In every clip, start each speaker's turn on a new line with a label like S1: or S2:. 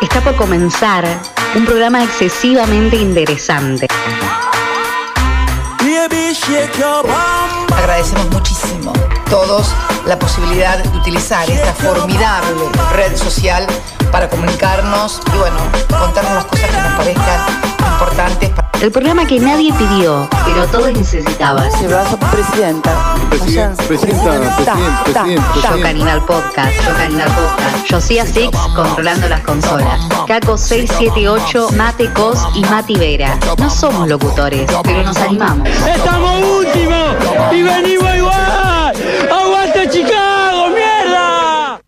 S1: Está por comenzar un programa excesivamente interesante.
S2: Agradecemos muchísimo todos la posibilidad de utilizar esta formidable red social para comunicarnos y bueno, contarnos las cosas que nos parezcan importantes.
S1: El programa que nadie pidió, pero todos necesitaban.
S2: Llevazo, presidenta.
S3: Presidenta, presidenta, presidenta,
S1: Yo
S3: presidenta, presidenta.
S1: Canibal Podcast, Yo Canibal Podcast, Josía Six controlando las consolas, Caco 678, Mate Cos y Mati Vera. No somos locutores, pero nos animamos.
S4: ¡Estamos últimos! ¡Y venimos igual! ¡Aguanta Chicago, mierda!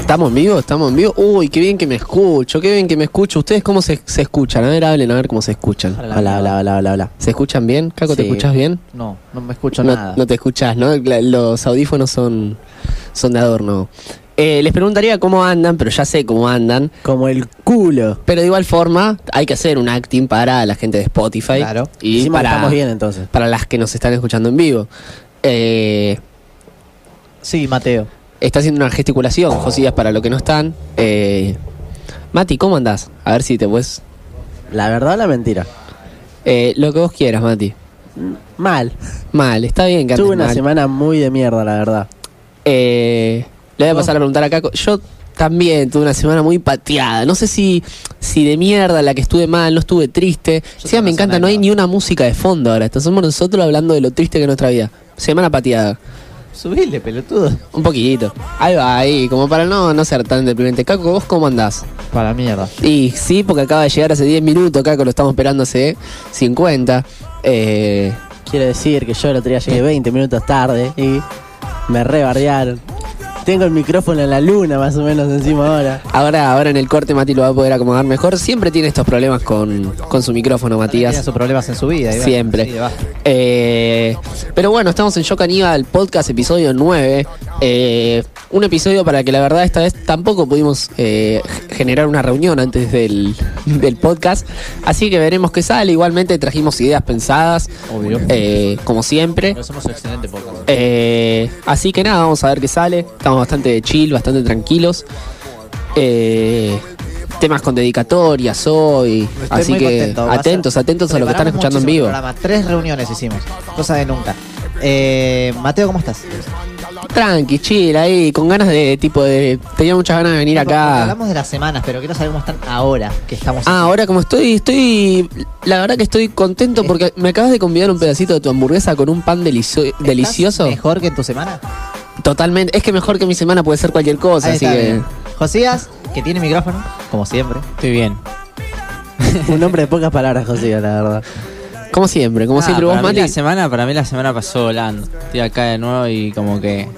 S5: ¿Estamos en vivo? ¿Estamos en vivo? Uy, qué bien que me escucho, qué bien que me escucho. ¿Ustedes cómo se, se escuchan? A ver, hablen, a ver cómo se escuchan.
S6: Hola, hola, hola, hola, hola.
S5: ¿Se escuchan bien? Caco, ¿te
S6: Sí.
S5: escuchas bien?
S6: No, no me escucho
S5: no,
S6: nada.
S5: no te escuchás, ¿no? La- los audífonos son, son de adorno. Eh, les preguntaría cómo andan, pero ya sé cómo andan.
S6: Como el culo.
S5: Pero de igual forma, hay que hacer un acting para la gente de Spotify.
S6: Claro.
S5: Y
S6: Encima
S5: para,
S6: estamos bien, entonces.
S5: para las que nos están escuchando en vivo. Eh,
S6: Sí, Mateo.
S5: está haciendo una gesticulación, Josías, para los que no están. Eh, Mati, ¿cómo andás? A ver si te puedes...
S6: La verdad o la mentira.
S5: Eh, lo que vos quieras, Mati.
S6: Mal.
S5: Mal, está bien que andes
S6: Tuve una
S5: mal.
S6: semana muy de mierda, la verdad.
S5: Eh, le voy a
S6: ¿Vos?
S5: pasar a preguntar a Caco. Yo también tuve una semana muy pateada. No sé si, si de mierda la que estuve mal, no estuve triste. Sí,
S6: tuve
S5: me
S6: una
S5: encanta,
S6: semana
S5: no hay
S6: de
S5: ni una música de fondo ahora. Entonces somos nosotros hablando de lo triste que es nuestra vida. Semana pateada.
S6: Subile, pelotudo.
S5: Un poquitito. Ahí va, ahí, como para no, no ser tan deprimente. Caco, ¿vos cómo andás?
S6: Para mierda.
S5: Y sí, porque acaba de llegar hace 10 minutos, Caco, lo estamos esperando hace 50. Eh,
S6: Quiero decir que yo el otro día llegué 20 minutos tarde y me rebardearon. Tengo el micrófono en la luna, más o menos, encima ahora.
S5: Ahora, ahora en el corte Mati lo va a poder acomodar mejor. Siempre tiene estos problemas con, con su micrófono,
S7: Tiene
S5: Matías.
S7: sus problemas en su vida. y va,
S5: Siempre.
S7: sí, va.
S5: Eh, pero bueno, estamos en Yo Caníbal Podcast, episodio 9. Eh, un episodio para que la verdad esta vez tampoco pudimos eh, g- generar una reunión antes del, del podcast. Así que veremos qué sale. Igualmente trajimos ideas pensadas,
S7: Obvio.
S5: eh, como siempre.
S7: Pero somos excelente podcast.
S5: Eh, así que nada, vamos a ver qué sale. Estamos bastante chill, bastante tranquilos. Eh, temas con dedicatorias hoy.
S7: Estoy
S5: así
S7: muy
S5: que
S7: contento, va a
S5: atentos,
S7: ser-
S5: atentos a lo que están
S7: preparamos
S5: escuchando en
S7: muchísimo
S5: vivo.
S7: programa. Tres reuniones hicimos, cosa de nunca. Eh, Mateo, ¿cómo estás?
S5: Tranqui, chill, ahí, con ganas de tipo de. Tenía muchas ganas de venir
S7: Porque
S5: acá.
S7: Hablamos de las semanas, pero quiero saber cómo están ahora que estamos.
S5: Ah, ahora como estoy, estoy. La verdad que estoy contento porque me acabas de convidar un pedacito de tu hamburguesa con un pan delicio-
S7: ¿Estás
S5: delicioso.
S7: ¿Mejor que en tu semana?
S5: Totalmente. Es que mejor que mi semana puede ser cualquier cosa,
S7: Ahí
S5: Pues así
S7: está,
S5: que.
S7: bien. Josías, que tiene micrófono, como siempre.
S6: Estoy bien. Un hombre de pocas palabras, José, la verdad.
S5: Como siempre, como
S8: Ah,
S5: siempre vos,
S8: para mí
S5: Mati.
S8: la semana, para mí la semana pasó volando. Estoy acá de nuevo y como que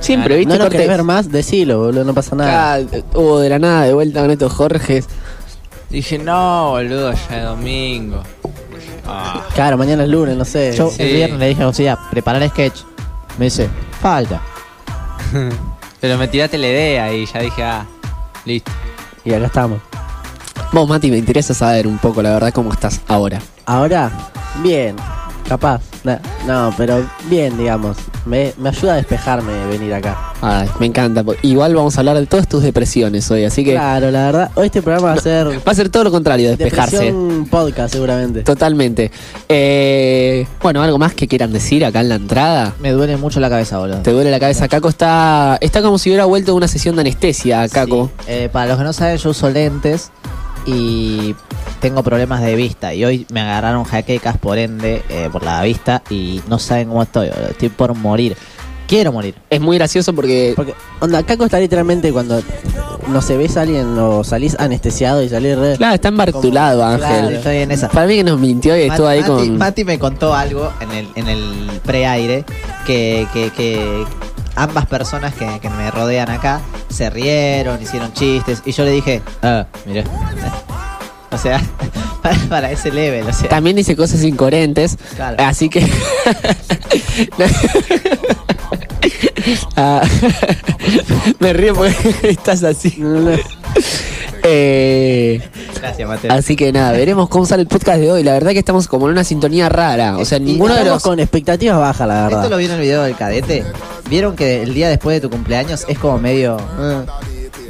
S5: Siempre, ¿viste?
S6: No lo
S5: Corte-
S6: querés ver más, decilo, boludo, no pasa nada.
S5: Ah, hubo de la nada de vuelta con estos Jorges.
S8: dije, no, boludo, ya es domingo. Ah,
S6: Claro, mañana es lunes, no sé.
S7: Yo
S8: Sí.
S7: el viernes le dije a Josías, preparar sketch. Me dice, falta.
S8: pero me tiraste la idea y ya dije, ah, listo.
S6: Y acá estamos.
S5: Vos, Mati, me interesa saber un poco, la verdad, cómo estás ahora.
S6: Ahora, bien, capaz. Na- No, pero bien, digamos. Me, me ayuda a despejarme venir acá.
S5: Ay, me encanta. po- Igual vamos a hablar de todas tus depresiones hoy, así que
S6: Claro, la verdad. Hoy este programa va a ser
S5: va a ser todo lo contrario, despejarse.
S6: un podcast, seguramente.
S5: Totalmente. Eh, bueno, algo más que quieran decir acá en la entrada.
S7: Me duele mucho la cabeza, boludo.
S5: Te duele la cabeza. Caco está. Está como si hubiera vuelto de una sesión de anestesia, Caco.
S7: Sí. Eh, para los que no saben, yo uso lentes y tengo problemas de vista. Y hoy me agarraron jaquecas, por ende, eh, por la vista. Y no saben cómo estoy, boludo. Estoy por morir. Quiero morir.
S5: Es muy gracioso porque.
S6: Porque, onda, Caco está literalmente cuando no se ves a alguien o salís anestesiado y salís re.
S5: Claro, está embartulado,
S6: Como-
S5: Ángel.
S6: Claro.
S7: Estoy en esa.
S5: Para mí que nos mintió y estuvo ahí
S7: Mati,
S5: con.
S7: Mati me contó algo en el, en el preaire que, que, que ambas personas que, que me rodean acá se rieron, hicieron chistes. Y yo le dije, ah, mirá. O sea, para, para ese level, o sea.
S5: También dice cosas incoherentes.
S7: Claro.
S5: Así que. Ah, me río porque estás así. Eh,
S7: Gracias, Mateo.
S5: así que nada, veremos cómo sale el podcast de hoy. La verdad que estamos como en una sintonía rara. O sea, ninguno de los...
S6: Estamos con expectativas bajas, la
S7: Esto lo
S6: verdad.
S7: vi en el video del cadete. ¿Vieron que el día después de tu cumpleaños es como medio. eh,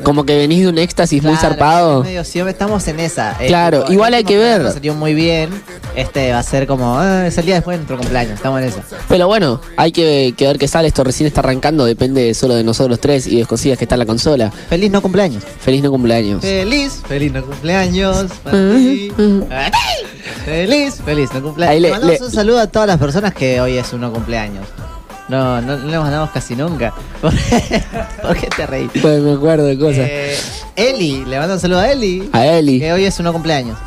S5: Como que venís de un éxtasis muy
S7: claro,
S5: zarpado.
S7: es medio sí, estamos en esa. eh,
S5: Claro,
S7: tipo, el
S5: igual hay
S7: último
S5: que ver.
S7: cumpleaños Salió muy bien. Este va a ser como. eh, es el día después de nuestro cumpleaños. Estamos en esa.
S5: Pero bueno, hay que, que ver qué sale. Esto recién está arrancando. Depende solo de nosotros tres y de cosillas que está en la consola.
S7: Feliz no cumpleaños.
S5: Feliz no cumpleaños.
S7: Feliz, feliz no cumpleaños. para ti. Para ti. Feliz, feliz no
S5: Ahí
S7: cumpleaños.
S5: le-
S7: Le mandamos
S5: le-
S7: un saludo a todas las personas que hoy es un no cumpleaños. No, no, no le mandamos casi nunca. ¿Por por qué te reí?
S5: Pues me acuerdo de cosas.
S7: Eh, Eli, le mando un saludo a Eli.
S5: a Eli.
S7: Que hoy es un no cumpleaños.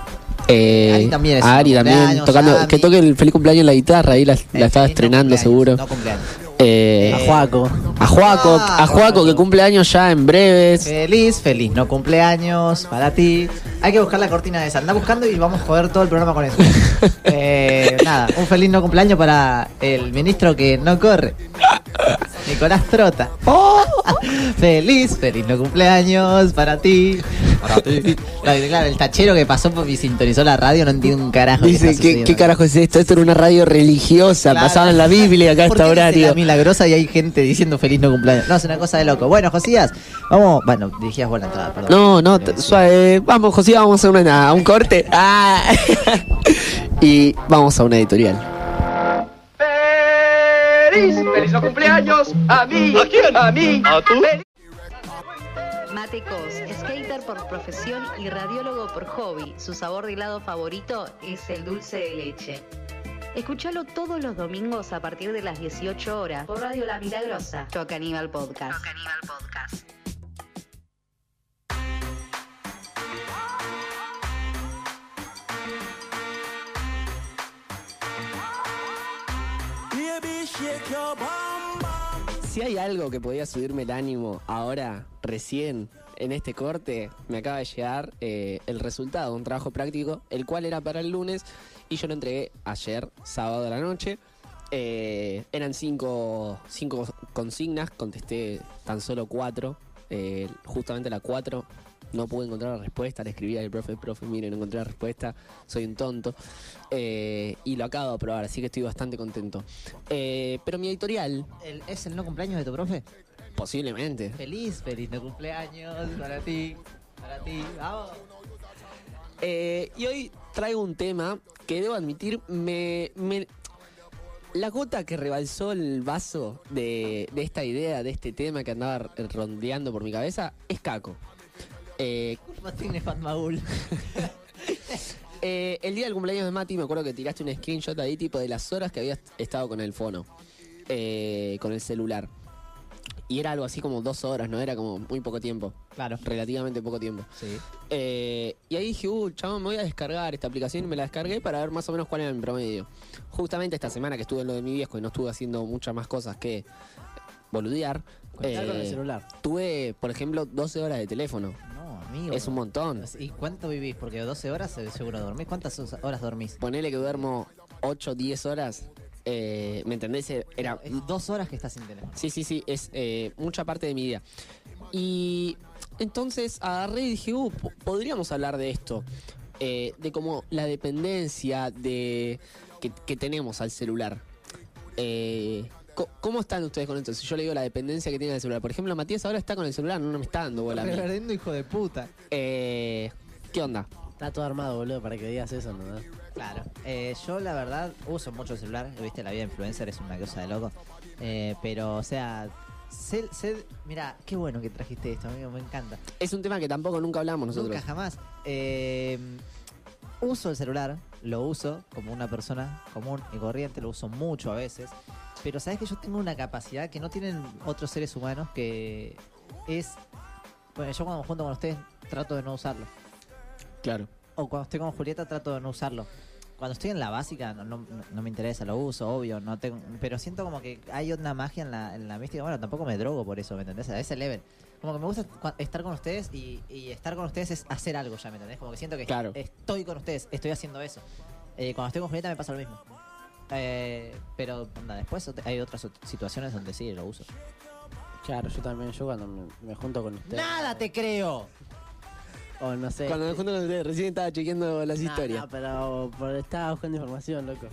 S5: eh,
S7: Ari también es
S5: a Ari
S7: un
S5: también,
S7: cumpleaños,
S5: tocando,
S7: Yami.
S5: que toque el feliz cumpleaños en la guitarra, ahí la, la
S7: Eh,
S5: estaba
S7: feliz no
S5: estrenando
S7: cumpleaños,
S5: seguro.
S7: No cumpleaños.
S5: Eh,
S6: A Juaco.
S5: a Juaco,
S7: Ah,
S5: a Juaco que cumple años ya en breves.
S7: Feliz, feliz no cumpleaños para ti. Hay que buscar la cortina de esa. Anda buscando y vamos a joder todo el programa con eso. Eh, nada, un feliz no cumpleaños para el ministro que no corre. Nicolás Trota.
S5: Oh.
S7: feliz, feliz no cumpleaños para ti. Para ti. Claro, claro, el tachero que pasó por- y sintonizó la radio no entiende un carajo. qué
S5: Dice,
S7: está
S5: ¿qué, ¿qué
S7: sucediendo.
S5: carajo es esto? Esto era una radio religiosa,
S7: Claro.
S5: pasaba en la Biblia acá a
S7: ¿Por
S5: este
S7: qué dice
S5: horario.
S7: la milagrosa y hay gente diciendo feliz no cumpleaños. No, es una cosa de loco. Bueno, Josías, vamos. Bueno, dirigías buena entrada, perdón. Eh,
S5: No, no, t- suave. Vamos, José, vamos a, una, a un corte. Ah. y vamos a una editorial.
S4: ¡Feliz! ¡Feliz cumpleaños! ¡A mí! ¿A quién? ¡A mí! ¿A tú?
S1: Mate Cos, skater por profesión y radiólogo por hobby. Su sabor de helado favorito es el dulce de leche. Escúchalo todos los domingos a partir de las 18 horas por Radio La Milagrosa. Yo Caníbal Podcast. Podcast.
S5: Si hay algo que podía subirme el ánimo ahora, recién, en este corte, me acaba de llegar eh, el resultado de un trabajo práctico, el cual era para el lunes y yo lo entregué ayer, sábado a la noche. Eh, eran cinco, cinco consignas, contesté tan solo cuatro. Eh, justamente la cuatro no pude encontrar la respuesta, le escribí al profe, profe, mire, no encontré la respuesta, soy un tonto. Eh, y lo acabo de aprobar, así que estoy bastante contento. Eh, pero mi editorial,
S7: El- ¿Es el no cumpleaños de tu profe?
S5: Posiblemente.
S7: Feliz, feliz no cumpleaños para ti, para ti, vamos.
S5: Eh, y hoy traigo un tema que debo admitir, me, me- la gota que rebalsó el vaso de, de esta idea, de este tema que andaba r- rondeando por mi cabeza, es Caco. Eh,
S7: Martín de Fatmaul.
S5: eh, el día del cumpleaños de Mati me acuerdo que tiraste un screenshot ahí tipo de las horas que habías estado con el fono, eh, con el celular. Y era algo así como dos horas, ¿no? Era como muy poco tiempo,
S7: Claro.
S5: relativamente poco tiempo.
S7: Sí.
S5: Eh, y ahí dije, uh, chabón, me voy a descargar esta aplicación y me la descargué para ver más o menos cuál era mi promedio. Justamente esta semana que estuve en lo de mi viejo y no estuve haciendo muchas más cosas que boludear,
S6: Conectar con el
S5: eh,
S6: celular.
S5: tuve, por ejemplo, 12 horas de teléfono.
S7: No, amigo.
S5: Es un montón.
S7: ¿Y cuánto vivís? Porque 12 horas eh, seguro dormís. ¿Cuántas us- horas dormís?
S5: Ponele que duermo 8, 10 horas. eh, ¿Me entendés? Era
S7: Es dos horas que estás sin teléfono.
S5: Sí, sí, sí, es eh, mucha parte de mi vida. Y entonces agarré y dije, uh, po- podríamos hablar de esto, eh, de como la dependencia de que, que tenemos al celular. Eh, co- ¿Cómo están ustedes con esto? Si yo le digo la dependencia que tiene al celular. Por ejemplo, Matías ahora está con el celular, no me está dando bola. a mí.
S7: Reverendo hijo de puta.
S5: Eh, ¿Qué onda?
S6: Está todo armado, boludo, para que digas eso, ¿no?
S7: Claro. Eh, yo, la verdad, uso mucho el celular. Viste, la vida influencer es una cosa de loco. Eh, pero, o sea... Sé, sé- mira, qué bueno que trajiste esto, amigo. Me encanta.
S5: Es un tema que tampoco nunca hablamos nosotros.
S7: Nunca jamás. Eh, uso el celular, lo uso como una persona común y corriente, lo uso mucho a veces. Pero sabes que yo tengo una capacidad que no tienen otros seres humanos que es. Bueno, yo cuando me junto con ustedes trato de no usarlo.
S5: Claro.
S7: O cuando estoy con Julieta trato de no usarlo. Cuando estoy en la básica no, no- no me interesa, lo uso, obvio, no tengo, pero siento como que hay una magia en la, en la mística. Bueno, tampoco me drogo por eso, ¿me entendés? A ese level. Como que me gusta cua- estar con ustedes y, y estar con ustedes es hacer algo ya, ¿me entendés? Como que siento que
S5: Claro.
S7: estoy con ustedes, estoy haciendo eso. Eh, cuando estoy con Julieta me pasa lo mismo. Eh, pero onda, después ot- hay otras ot- situaciones donde sí lo uso.
S6: Claro, yo también, yo cuando me, me junto con ustedes.
S7: ¡Nada te creo!
S6: O no sé.
S5: Cuando me junto con ustedes, recién estaba chequeando las
S6: No,
S5: historias.
S6: No, pero, pero estaba buscando información, loco.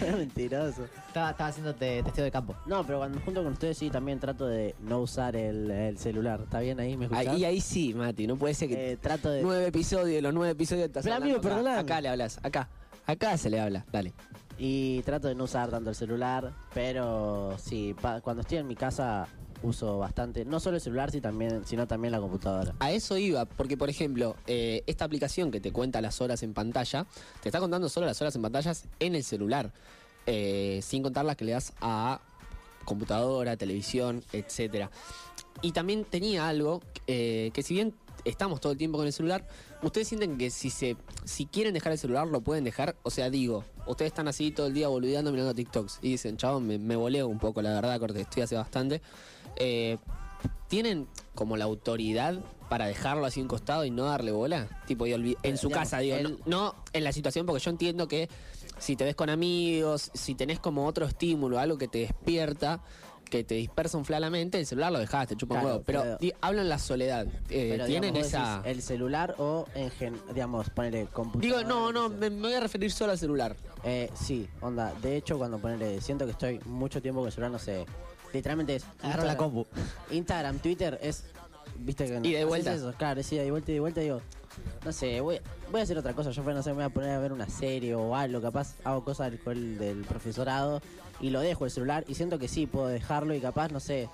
S6: Es mentiroso.
S7: Estaba, estaba haciendo te- testeo de campo.
S6: No, pero cuando me junto con ustedes sí también trato de no usar el, el celular. ¿Está bien ahí? ¿Me escuchás?
S5: Ahí, y ahí sí, Mati, no puede ser que
S6: Eh, trato de...
S5: nueve episodios, los nueve episodios estás
S6: Pero,
S5: hablando
S6: amigo,
S5: acá.
S6: perdóname.
S5: Acá le hablas, acá. Acá se le habla, dale.
S6: Y trato de no usar tanto el celular, pero sí, pa- cuando estoy en mi casa uso bastante, no solo el celular, sí también, sino también la computadora.
S5: A eso iba, porque por ejemplo, eh, esta aplicación que te cuenta las horas en pantalla, te está contando solo las horas en pantallas en el celular, eh, sin contar las que le das a computadora, televisión, etcétera. Y también tenía algo eh, que si bien estamos todo el tiempo con el celular, ustedes sienten que si se si quieren dejar el celular lo pueden dejar, o sea, digo, ustedes están así todo el día boludeando mirando TikToks y dicen, chabón, me, me voleo un poco, la verdad, corte, estoy hace bastante. Eh, ¿Tienen como la autoridad para dejarlo así a un costado y no darle bola? Tipo, y olvi- en su
S6: digamos,
S5: casa, digo,
S6: él-
S5: no, no en la situación, porque yo entiendo que si te ves con amigos, si tenés como otro estímulo, algo que te despierta, que te dispersa un fla la mente, el celular lo dejaste, te chupa un
S6: Claro,
S5: huevo. Pero,
S6: pero-
S5: di- hablo en la soledad. eh,
S6: Pero,
S5: tienen
S6: digamos, vos
S5: esa.
S6: decís el celular o en gen- digamos, ponerle computadora.
S5: Digo, no, no,
S6: que
S5: me, me voy a referir solo al celular.
S6: Eh, sí, onda. De hecho, cuando ponele, siento que estoy mucho tiempo con el celular, no sé. Literalmente es.
S7: Agarro la
S6: Instagram-
S7: compu.
S6: Instagram, Twitter es. Viste que
S5: Y de
S6: haces
S5: vuelta.
S6: Eso, claro, sí, de vuelta y de vuelta digo. No sé, voy, voy a hacer otra cosa. Yo fue, no sé, me voy a poner a ver una serie o algo. Capaz hago cosas del, col- del profesorado y lo dejo el celular. Y siento que sí, puedo dejarlo y capaz, no sé,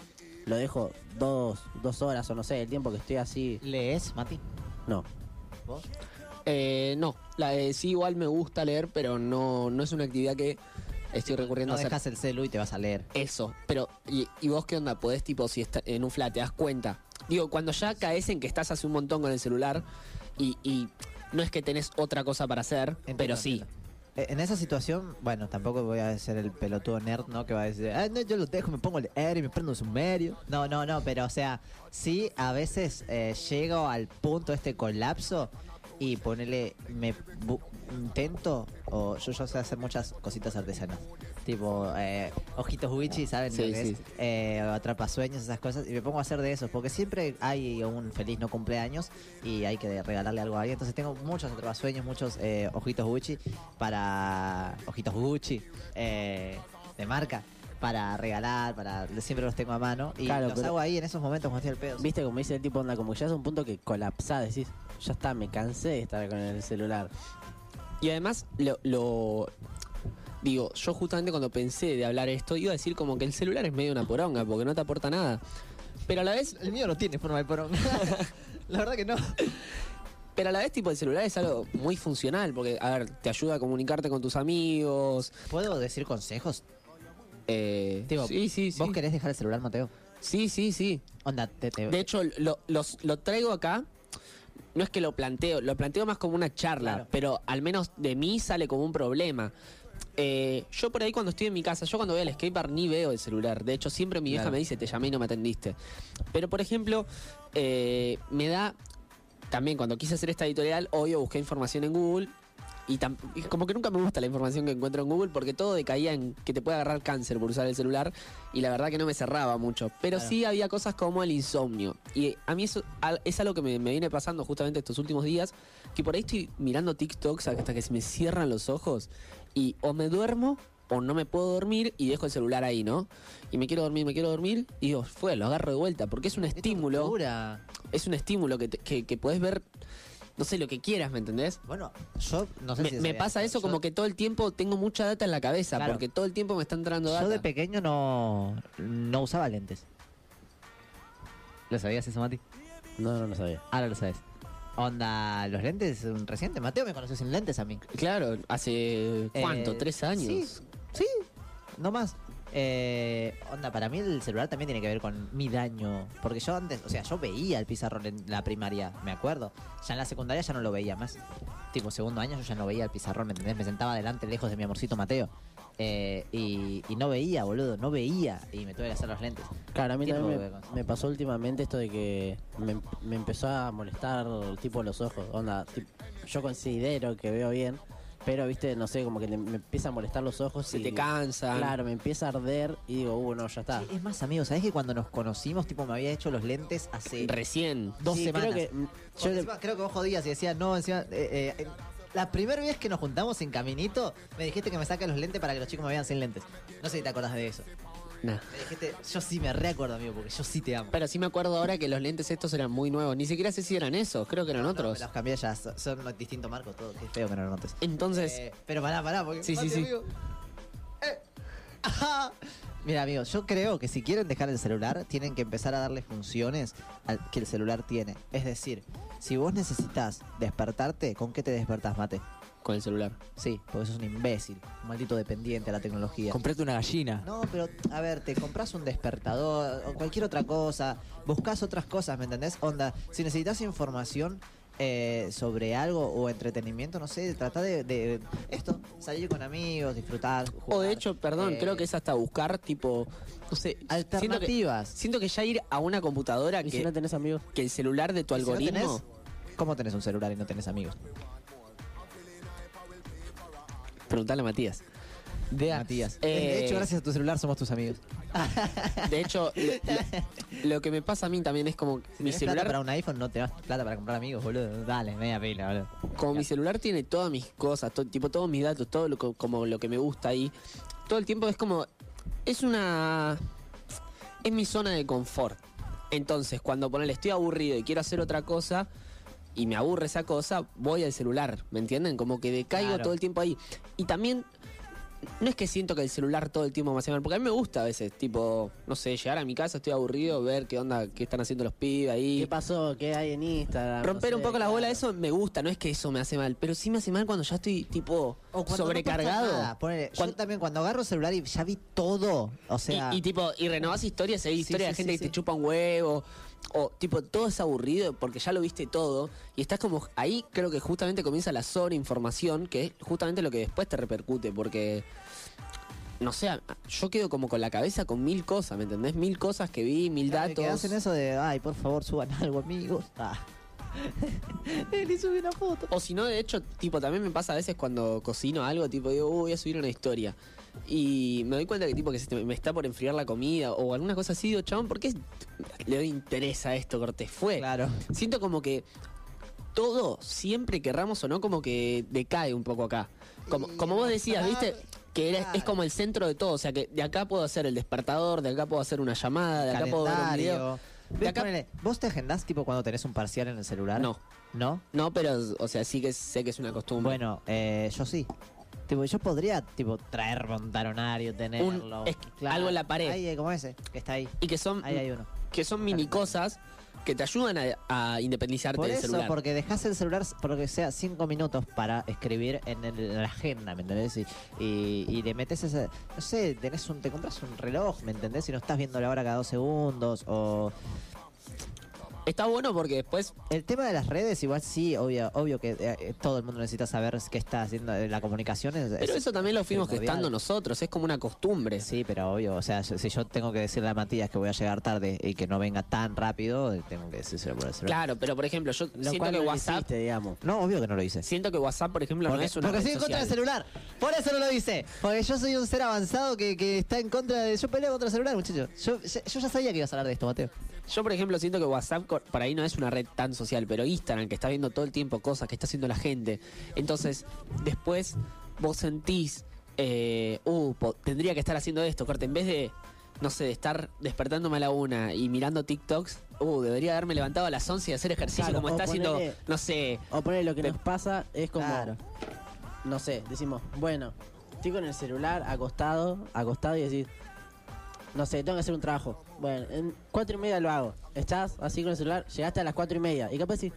S6: lo dejo dos, dos horas o no sé, el tiempo que estoy así.
S7: ¿Lees, Mati?
S6: No.
S7: ¿Vos?
S5: Eh, no, la de sí igual me gusta leer, pero no, no es una actividad que estoy recurriendo
S7: No
S5: a hacer.
S7: dejas el celu y te vas a leer.
S5: Eso, pero ¿y, y vos qué onda? ¿Podés tipo si está en un flat, te das cuenta? Digo, cuando ya caes en que estás hace un montón con el celular y, y no es que tenés otra cosa para hacer,
S7: Entiendo,
S5: pero sí.
S7: entiendo. Eh, En esa situación, bueno, tampoco voy a ser el pelotudo nerd, ¿no? Que va a decir, ah, no, yo lo dejo, me pongo a leer y me prendo un sumerio. No, no, no, pero o sea, sí, a veces eh, llego al punto de este colapso y ponele, me bu- intento, o yo, yo sé hacer muchas cositas artesanas, tipo eh, ojitos wichi, ¿saben?
S5: Sí,
S7: lo que es?
S5: sí.
S7: eh, atrapasueños, esas cosas, y me pongo a hacer de esos, porque siempre hay un feliz no cumpleaños y hay que regalarle algo a alguien. Entonces tengo muchos atrapasueños, muchos eh, ojitos Gucci para. ojitos Gucci eh, de marca para regalar, para siempre los tengo a mano y
S6: Claro,
S7: los
S6: pero-
S7: hago ahí en esos momentos cuando estoy al pedo.
S6: Viste como dice el tipo, onda, como que ya es un punto que colapsás, decís, ya está, me cansé de estar con el celular.
S5: Y además, lo, lo- Digo, yo justamente cuando pensé de hablar esto, iba a decir como que el celular es medio una poronga, porque no te aporta nada. Pero a la vez,
S7: El mío no tiene forma de porón. La verdad que no.
S5: Pero a la vez, tipo, el celular es algo muy funcional, porque, a ver, te ayuda a comunicarte con tus amigos.
S7: ¿Puedo decir consejos?
S5: Eh,
S7: Tipo,
S5: sí, sí, sí.
S7: ¿Vos querés dejar el celular, Mateo?
S5: Sí, sí, sí.
S7: Onda, te, te-
S5: De hecho, lo, los- lo traigo acá. No es que lo planteo, lo planteo más como una charla,
S7: Claro.
S5: pero al menos de mí sale como un problema. Eh, yo por ahí cuando estoy en mi casa, yo cuando voy al skatepark ni veo el celular. De hecho, siempre mi vieja
S7: Claro.
S5: me dice, te llamé y no me atendiste. Pero por ejemplo, eh, me da... También cuando quise hacer esta editorial, obvio busqué información en Google. Y, tam- y como que nunca me gusta la información que encuentro en Google porque todo decaía en que te puede agarrar cáncer por usar el celular y la verdad que no me cerraba mucho. Pero
S7: Claro.
S5: sí había cosas como el insomnio. Y a mí eso al- es algo que me, me viene pasando justamente estos últimos días, que por ahí estoy mirando TikToks hasta que se me cierran los ojos y o me duermo o no me puedo dormir y dejo el celular ahí, ¿no? Y me quiero dormir, me quiero dormir y digo, fue, lo agarro de vuelta porque es un
S7: Qué
S5: estímulo.
S7: tortura.
S5: Es un estímulo que, te- que, que podés ver, no sé, lo que quieras, ¿me entendés?
S7: Bueno, yo no sé
S5: Me,
S7: si
S5: me
S7: sabías,
S5: pasa
S7: pero
S5: eso
S7: yo-
S5: como que todo el tiempo tengo mucha data en la cabeza,
S7: Claro.
S5: porque todo el tiempo me está entrando data.
S7: Yo de pequeño no, no usaba lentes. ¿Lo sabías eso, Mati?
S6: No, no lo sabía.
S7: Ahora lo sabes. Onda, los lentes un reciente. Mateo me conoció sin lentes a mí.
S5: Claro, hace cuánto,
S7: Eh,
S5: tres años.
S7: Sí, sí, no más. Eh, onda, para mí el celular también tiene que ver con mi daño. Porque yo antes, o sea, yo veía el pizarrón en la primaria, me acuerdo. Ya en la secundaria ya no lo veía más. Tipo, segundo año yo ya no veía el pizarrón, ¿me entendés? Me sentaba adelante lejos de mi amorcito Mateo. Eh, y, y no veía, boludo, no veía. Y me tuve que hacer los lentes.
S6: Claro, a mí
S7: Tiene
S6: también
S7: poco
S6: me,
S7: que ver con-
S6: me pasó últimamente esto de que me, me empezó a molestar tipo los ojos. Onda, tip- yo considero que veo bien, Pero, viste, no sé, como que te- me empieza a molestar los ojos.
S5: Se
S6: y-
S5: te cansan.
S6: Claro, me empieza a arder y digo, uh, no, ya está.
S7: Es más, amigo, ¿sabés que cuando nos conocimos, tipo, me había hecho los lentes hace
S5: Recién.
S7: dos
S6: Sí,
S7: semanas?
S6: Creo que, mm, yo
S7: Porque
S6: le-
S7: encima creo que vos jodías y decías, no, encima. eh, eh, eh, la primera vez que nos juntamos en Caminito, me dijiste que me saque los lentes para que los chicos me vean sin lentes. No sé si te acordás de eso.
S5: Nah.
S7: Me dijiste, yo sí me reacuerdo, amigo, porque yo sí te amo.
S5: Pero sí me acuerdo ahora que los lentes estos eran muy nuevos. Ni siquiera sé si eran esos, creo que eran
S7: No,
S5: otros.
S7: me los cambié ya, son, son distintos marcos, todo. Qué feo que no lo notes.
S5: Entonces,
S7: Eh, pero pará, pará, porque.
S5: Sí, sí, sí.
S7: amigo. Eh. Ajá. Mira, amigos, yo creo que si quieren dejar el celular, tienen que empezar a darle funciones al que el celular tiene. Es decir, si vos necesitas despertarte, ¿con qué te despertás, mate?
S5: con el celular.
S7: Sí, porque sos un imbécil, un maldito dependiente a la tecnología.
S8: Comprate una gallina.
S7: No, pero a ver, te compras un despertador o cualquier otra cosa, buscas otras cosas, ¿me entendés? Onda, si necesitas información eh, sobre algo o entretenimiento, no sé, trata de, de esto, salir con amigos, disfrutar. Jugar,
S5: O de hecho, perdón,
S7: eh,
S5: creo que es hasta buscar tipo, no sé, siento que-
S7: alternativas.
S5: Siento que ya ir a una computadora
S6: y
S5: que,
S6: si no tenés amigos.
S5: que el celular de tu
S7: Y si no
S5: algoritmo.
S7: tenés, ¿Cómo tenés un celular y no tenés amigos?
S5: Preguntale a Matías.
S7: De Matías.
S5: eh,
S7: de hecho, gracias a tu celular somos tus amigos.
S5: De hecho, lo, lo- lo que me pasa a mí también es como
S7: Si
S5: mi
S7: tenés plata
S5: celular.
S7: para un iPhone no te das plata para comprar amigos, boludo. Dale, media pila, boludo.
S5: Como mi celular tiene todas mis cosas, to- tipo todos mis datos, todo lo, co- como lo que me gusta ahí, todo el tiempo es como. Es una. Es mi zona de confort. Entonces, cuando ponele estoy aburrido y quiero hacer otra cosa y me aburre esa cosa, voy al celular, ¿me entienden? Como que decaigo
S7: Claro.
S5: todo el tiempo ahí. Y también. No es que siento que el celular todo el tiempo me hace mal, porque a mí me gusta a veces, tipo, no sé, llegar a mi casa, estoy aburrido, ver qué onda, qué están haciendo los pibes ahí.
S6: ¿Qué pasó? ¿Qué hay en Instagram?
S5: Romper
S6: No
S5: un
S6: sé,
S5: poco la bola,
S6: claro.
S5: eso me gusta, no es que eso me hace mal, pero sí me hace mal cuando ya estoy tipo
S7: O cuando no
S5: sobrecargado.
S7: pasa nada, ponele,
S5: Cuan-
S7: yo también cuando agarro el celular y ya vi todo. O sea.
S5: y, y tipo, y renovás historias, hay
S7: Sí,
S5: historias de
S7: sí,
S5: gente
S7: sí,
S5: que
S7: sí.
S5: te chupa un huevo. O tipo, todo es aburrido porque ya lo viste todo. Y estás como. Ahí creo que justamente comienza la sobreinformación, que es justamente lo que después te repercute. Porque. No sé, a- yo quedo como con la cabeza con mil cosas, ¿me entendés? Mil cosas que vi, mil
S7: claro, que
S5: datos.
S7: hacen eso de, ay, por favor, suban algo, amigos. Ah. Él y sube una foto.
S5: O si no, de hecho, tipo, también me pasa a veces cuando cocino algo, tipo, digo, "Uh, voy a subir una historia. Y me doy cuenta que, tipo, que se te- me está por enfriar la comida o alguna cosa así, digo, chabón, ¿por qué le doy interés a esto, corte? Fue.
S7: Claro.
S5: Siento como que todo, siempre querramos o no, como que decae un poco acá. Como,
S7: Y
S5: como vos decías,
S7: claro,
S5: ¿viste? Que era- es
S7: claro.
S5: como el centro de todo, o sea, que de acá puedo hacer el despertador, de acá puedo hacer una llamada, de acá puedo ver un video. De
S7: Ves,
S5: acá-
S7: ponele, ¿Vos te agendás tipo cuando tenés un parcial en el celular?
S5: No.
S7: ¿No?
S5: No, pero, o sea, sí que sé que es una costumbre.
S7: Bueno, eh, yo sí. Tipo, yo podría, tipo, traer un talonario, tenerlo.
S5: es- algo en la pared. Mm,
S7: Ahí, eh, como ese, que está ahí.
S5: Y que son,
S7: Ahí hay uno.
S5: que son mini cosas que te ayudan a, a independizarte
S7: Por
S5: del
S7: eso,
S5: celular.
S7: porque dejas el celular, porque sea cinco minutos para escribir en, el- en la agenda, ¿me entendés? Y, y, y le metes ese, no sé, tenés un, te compras un reloj, ¿me entendés? Y no estás viendo la hora cada dos segundos, o...
S5: Está bueno porque después,
S7: El tema de las redes, igual sí, obvio, obvio que eh, eh, todo el mundo necesita saber qué está haciendo, eh, la comunicación es...
S5: pero
S7: es
S5: eso también lo fuimos
S7: primordial.
S5: gestando nosotros, es como una costumbre.
S7: Sí, pero obvio, o sea, si yo tengo que decirle a Matías que voy a llegar tarde y que no venga tan rápido, eh, tengo que decírselo por el celular.
S5: Claro, pero por ejemplo, yo
S6: Lo
S5: siento
S6: cual
S5: que
S6: no lo
S5: WhatsApp,
S6: hiciste, digamos.
S7: No, obvio que no lo hice.
S5: siento que WhatsApp, por ejemplo, no
S7: Porque,
S5: es una
S7: porque
S5: red
S7: estoy en contra del
S5: social.
S7: celular. Por eso no lo hice. Porque yo soy un ser avanzado que, que está en contra de. Yo peleo contra el celular, muchachos. Yo, yo ya sabía que ibas a hablar de esto, Mateo.
S5: Yo, por ejemplo, siento que WhatsApp co- por ahí no es una red tan social, pero Instagram, que está viendo todo el tiempo cosas que está haciendo la gente. Entonces, después vos sentís, eh, uh, po- tendría que estar haciendo esto, corte. En vez de, no sé, de estar despertándome a la una y mirando TikToks, uh, debería haberme levantado a las 11 y hacer ejercicio,
S6: Claro,
S5: como
S6: o
S5: está haciendo,
S6: ponele-
S5: no sé.
S6: O poner lo que
S5: Pe-
S6: nos pasa es como.
S7: Claro.
S6: No sé, decimos, bueno, estoy con el celular acostado, acostado y decís, no sé, tengo que hacer un trabajo. Bueno, en cuatro y media lo hago. Estás así con el celular, llegaste a las cuatro y media y capaz decís,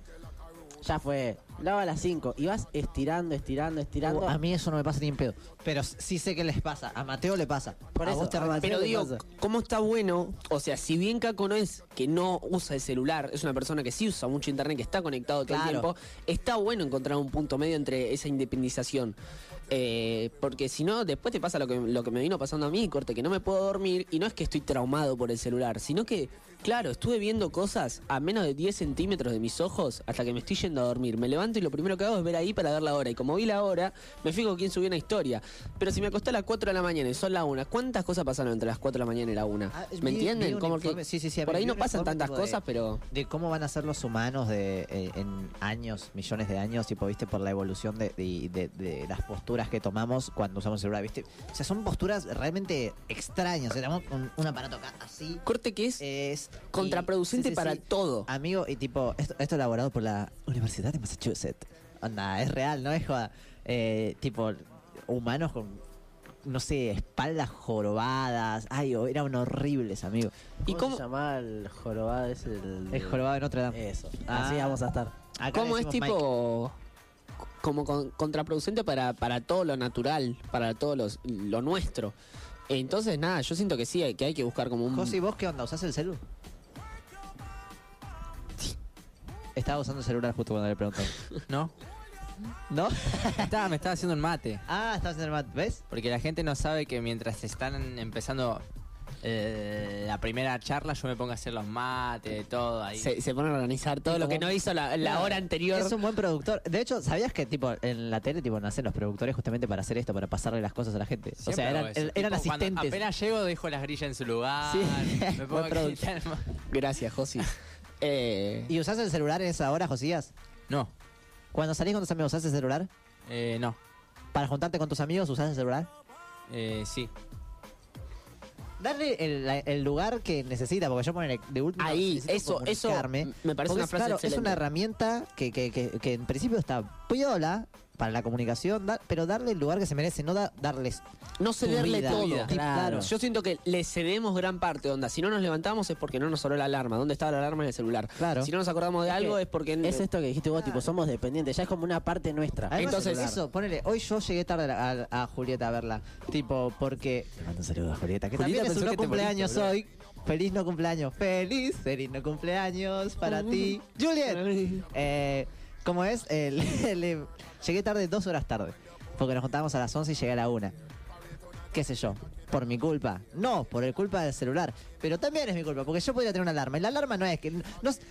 S6: ya fue, lo hago a las cinco y vas estirando, estirando, estirando.
S7: a mí eso no me pasa ni en pedo. Pero sí sé que les pasa. A Mateo le pasa.
S6: Por
S7: a
S6: eso,
S7: vos te
S6: a
S7: arremangas.
S5: Pero
S6: ¿Qué
S5: digo,
S6: pasa?
S5: ¿cómo está bueno? O sea, si bien Caco no es que no usa el celular, es una persona que sí usa mucho internet, que está conectado todo el
S7: Claro.
S5: tiempo, está bueno encontrar un punto medio entre esa independización. Eh, porque si no, después te pasa lo que, lo que me vino pasando a mí, corte, que no me puedo dormir y no es que estoy traumado por el celular, sino que, claro, estuve viendo cosas a menos de 10 centímetros de mis ojos hasta que me estoy yendo yendo a dormir. Me levanto y lo primero que hago es ver ahí para ver la hora. Y como vi la hora, me fijo quién subió una historia. Pero si me acosté a las 4 de la mañana y son las 1, ¿cuántas cosas pasaron entre las 4 de la mañana y la 1?
S7: Ah, vi-
S5: ¿Me
S7: vi
S5: entienden?
S7: un
S5: Como
S7: informe-
S5: que
S7: sí, sí, sí,
S5: por
S7: vi-
S5: ahí
S7: vi
S5: no
S7: un
S5: pasan
S7: informe
S5: tantas
S7: tipo de-
S5: cosas, pero...
S7: de cómo van a ser los humanos de, eh, en años, millones de años, tipo, viste, por la evolución de, de- de- de las posturas que tomamos cuando usamos el celular, viste. O sea, son posturas realmente extrañas. Éramos un, un aparato acá así.
S5: Corte que es
S7: Es
S5: Contraproducente para todo.
S7: Amigo, y tipo, esto, esto elaborado por la Universidad de Massachusetts. Onda, es real, no es joda. Eh, tipo, humanos con, no sé, espaldas jorobadas. Ay, oh, eran horribles, amigo.
S5: ¿Y
S6: ¿Y
S5: cómo-
S6: cómo se llama el jorobado? Es el.
S7: El jorobado de Notre Dame.
S6: Eso.
S7: Ah.
S6: Así vamos a estar.
S7: Acá
S5: Eh, ¿Cómo
S7: le
S5: es
S7: decimos
S5: tipo co- como con- contraproducente para, para todo lo natural, para todo los- lo nuestro? Entonces, nada, yo siento que sí, que hay que buscar como un...
S7: Mike. José, ¿y vos qué onda? ¿Usás el celu? Estaba usando el celular justo cuando le preguntaron.
S8: ¿No?
S7: ¿No?
S8: Estaba, me estaba haciendo un mate.
S7: ah, estabas en el mat, ¿ves?
S8: Porque la gente no sabe que mientras están empezando eh, la primera charla, yo me pongo a hacer los mates, todo ahí.
S5: Se, se pone a organizar todo lo que no hizo la, la hora anterior.
S7: Es un buen productor. De hecho, ¿sabías que tipo en la tele tipo nacen los productores justamente para hacer esto, para pasarle las cosas a la gente?
S8: Siempre
S7: o sea, eran,
S8: hago eso.
S7: el- eran
S8: Tipo, cuando
S7: asistentes.
S8: Apenas llego, dejo las grillas en su lugar.
S7: Sí.
S8: Me pongo
S7: Buen
S8: a
S7: producto.
S8: quitar-
S5: Gracias, Josi. Eh,
S7: ¿Y usás el celular en esa hora, Josías?
S8: No,
S7: Cuando salís con tus amigos, ¿usás el celular?
S8: eh, no.
S7: ¿Para juntarte con tus amigos, usás el celular?
S8: Eh, sí.
S7: Darle el, la- el lugar que necesita, porque yo poner de última.
S5: Ahí,
S7: necesito
S5: eso- eso
S7: comunicarme,
S5: me parece
S7: porque
S5: una
S7: es,
S5: frase
S7: claro, es
S5: excelente.
S7: una herramienta que, que, que, que en principio está piola para la comunicación, da- pero darle el lugar que se merece, no da- darles.
S5: no cederle
S7: vida,
S5: todo.
S7: tu vida. Claro.
S5: Yo siento que le cedemos gran parte, onda. Si no nos levantamos es porque no nos sonó la alarma. ¿Dónde estaba la alarma en el celular?
S7: Claro.
S5: Si no nos acordamos de algo es porque...
S6: Es esto que dijiste vos, tipo, somos dependientes. Ya es como una parte nuestra.
S7: Además,
S5: Entonces-
S7: eso, ponele. Hoy yo llegué tarde a, la- a- a Julieta a verla. Tipo, porque. Le mando un saludo a Julieta, que
S5: Julieta
S7: también es
S5: pensó
S7: un no
S5: que te
S7: cumpleaños
S5: moriste,
S7: hoy. Feliz no cumpleaños. Feliz, feliz no cumpleaños para ti, Juliet. Eh, ¿Cómo es? El- el- eh, llegué tarde, dos horas tarde. Porque nos juntábamos a las 11 y llegué a la 1. ¿Qué sé yo? ¿Por mi culpa? No, por el culpa del celular. Pero también es mi culpa, porque yo podría tener una alarma. Y la alarma no es que. No es-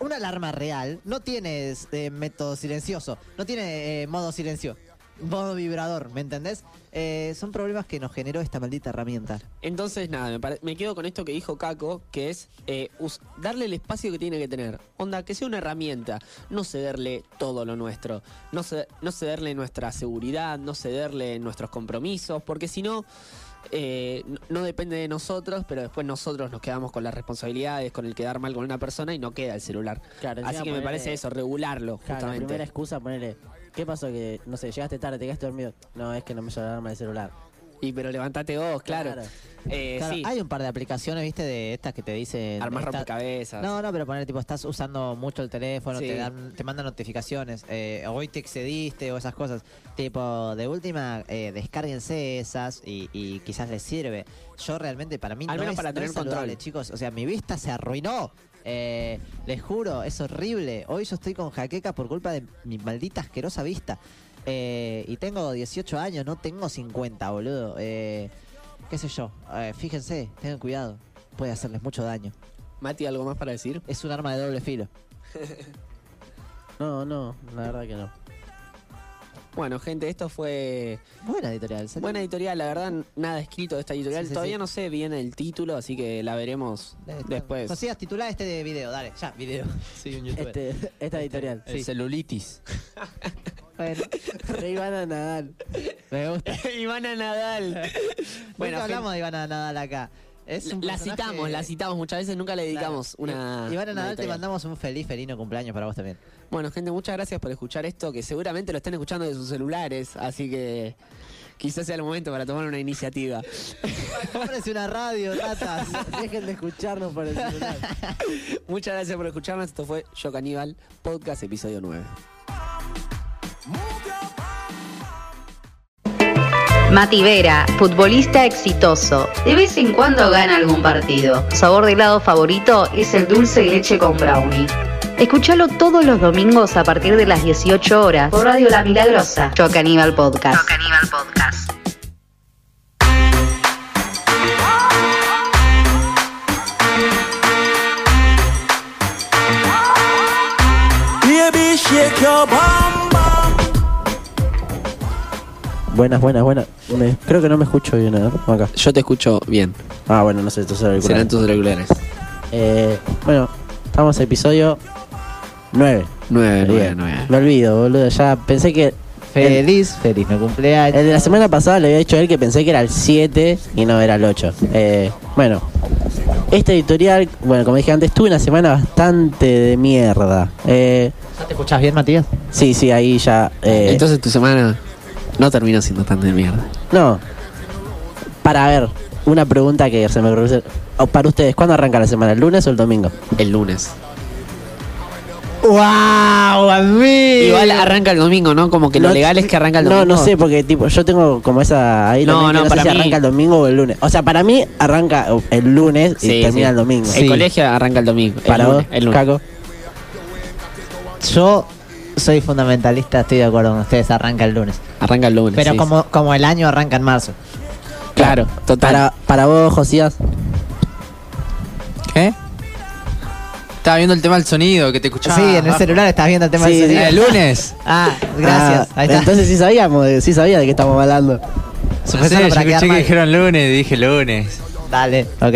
S7: una alarma real no tiene eh, método silencioso, no tiene eh, modo silencio, modo vibrador, ¿me entendés? Eh, son problemas que nos generó esta maldita herramienta.
S5: Entonces, nada, me, pare- me quedo con esto que dijo Caco, que es eh, us- darle el espacio que tiene que tener. Onda, que sea una herramienta, no cederle todo lo nuestro, no, ce- no cederle nuestra seguridad, no cederle nuestros compromisos, porque si no, eh, no, no depende de nosotros, pero después nosotros nos quedamos con las responsabilidades, con el quedar mal con una persona y no queda el celular.
S6: Claro, encima
S5: Así que me
S6: ponerle-
S5: parece eso, regularlo,
S6: Claro, la
S5: justamente.
S6: primera excusa, ponerle. ¿Qué pasó? Que, no sé, llegaste tarde, te quedaste dormido. No, es que no me sonó la alarma del celular.
S5: Y pero levantate vos, claro.
S6: Claro.
S5: Eh,
S7: Claro,
S5: sí.
S7: Hay un par de aplicaciones, viste, de estas que te dicen.
S5: Armás
S7: esta-
S5: rompecabezas.
S7: No, no, pero poner tipo, estás usando mucho el teléfono,
S5: Sí.
S7: te, dan, te mandan notificaciones, eh, hoy te excediste o esas cosas. Tipo, de última, eh, descárguense esas y, y quizás les sirve. Yo realmente, para mí,
S5: Al
S7: no
S5: menos
S7: es,
S5: para
S7: no
S5: tener
S7: es saludable,
S5: control.
S7: chicos. O sea, mi vista se arruinó. Eh, les juro, es horrible. Hoy yo estoy con jaqueca por culpa de mi maldita asquerosa vista. Eh, y tengo 18 años, no tengo 50, boludo. Eh, qué sé yo. Eh, fíjense, tengan cuidado. Puede hacerles mucho daño.
S5: Mati, ¿algo más para decir?
S7: Es un arma de doble filo.
S6: No, no, la verdad que no.
S5: Bueno, gente, esto fue
S7: Buena editorial. ¿sale?
S5: Buena editorial, la verdad, nada escrito de esta editorial.
S7: Sí, sí,
S5: Todavía
S7: sí.
S5: no sé bien el título, así que la veremos
S7: Eh,
S5: después.
S7: Josías, titular este de video, dale, ya, video.
S8: Sí, un
S6: Este, esta editorial.
S8: El celulitis.
S7: Bueno,
S6: Re Ivana Nadal.
S7: me gusta.
S5: Ivana Nadal.
S7: Bueno,
S5: bueno,
S7: hablamos de Ivana Nadal acá. Es
S5: gente,
S7: un
S5: la
S7: personaje-
S5: citamos, la citamos muchas veces, nunca le dedicamos
S7: Claro.
S5: una.
S7: I- Ivana
S5: una
S7: Nadal, te
S5: editorial.
S7: mandamos un feliz, felino cumpleaños para vos también.
S5: Bueno, gente, muchas gracias por escuchar esto, que seguramente lo están escuchando de sus celulares, así que quizás sea el momento para tomar una iniciativa.
S7: Cómprense una radio, ratas.
S6: Dejen de escucharnos por el celular.
S5: muchas gracias por escucharnos. Esto fue Yo Caníbal, podcast episodio 9.
S1: Mati Vera, futbolista exitoso. De vez en cuando gana algún partido. Su sabor de helado favorito es el dulce de leche con brownie. Escúchalo todos los domingos a partir de las 18 horas por Radio La Milagrosa. Yo Caníbal Podcast. Podcast.
S9: Baby, body, shake your bum bum.
S6: Buenas, buenas, buenas. Me- creo que no me escucho bien ¿eh? acá.
S5: Yo te escucho bien.
S6: Ah, bueno, no sé, entonces el auricular.
S5: Serán tus auriculares.
S6: Eh, bueno, estamos a episodio 9.
S5: Nueve, nueve, nueve.
S6: Me olvido, boludo. Ya pensé que. El,
S7: Feliz, feliz mi cumpleaños.
S6: el de la semana pasada le había dicho a él que pensé que era el 7 y no era el 8. Eh, bueno, este editorial, bueno, como dije antes, tuve una semana bastante de mierda. Eh,
S7: ¿Ya te escuchás bien, Matías?
S6: sí, sí, ahí ya. eh,
S5: Entonces tu semana no terminó siendo tan de mierda.
S6: No. Para ver, una pregunta que se me ocurrió. O Para ustedes, ¿cuándo arranca la semana? ¿El lunes o el domingo?
S5: El lunes.
S7: ¡Wow, amigo!
S5: Igual arranca el domingo, ¿no? Como que lo
S6: No,
S5: legal es que arranca el domingo.
S6: No, no sé, porque tipo, yo tengo como esa. Ahí
S5: No,
S6: también que
S5: no, para
S6: sé si
S5: mí-
S6: arranca el domingo o el lunes. O sea, para mí arranca el lunes y
S5: Sí,
S6: termina
S5: sí.
S6: el domingo.
S5: El colegio arranca el domingo. El
S6: Para
S5: lunes,
S6: vos,
S5: el lunes.
S6: Caco.
S7: Yo soy fundamentalista, estoy de acuerdo con ustedes, arranca el lunes.
S5: Arranca el lunes.
S7: Pero
S5: sí,
S7: como, como el año arranca en marzo.
S5: sí. Claro, total.
S6: Para, para vos, Josías.
S8: ¿Qué? Estaba viendo el tema del sonido que te escuchaba.
S7: sí, en el
S8: abajo.
S7: celular estás viendo el tema
S6: Sí,
S7: del
S8: Eh,
S7: sonido.
S8: El lunes.
S7: Ah, gracias.
S6: Ah,
S7: Ahí está.
S6: Entonces sí sabíamos, de- sí sabía de qué estamos hablando.
S8: No sé,
S7: Sujetalo
S8: yo
S7: para quedar
S8: escuché que
S7: mal.
S8: dijeron lunes, dije lunes.
S7: Dale, ok.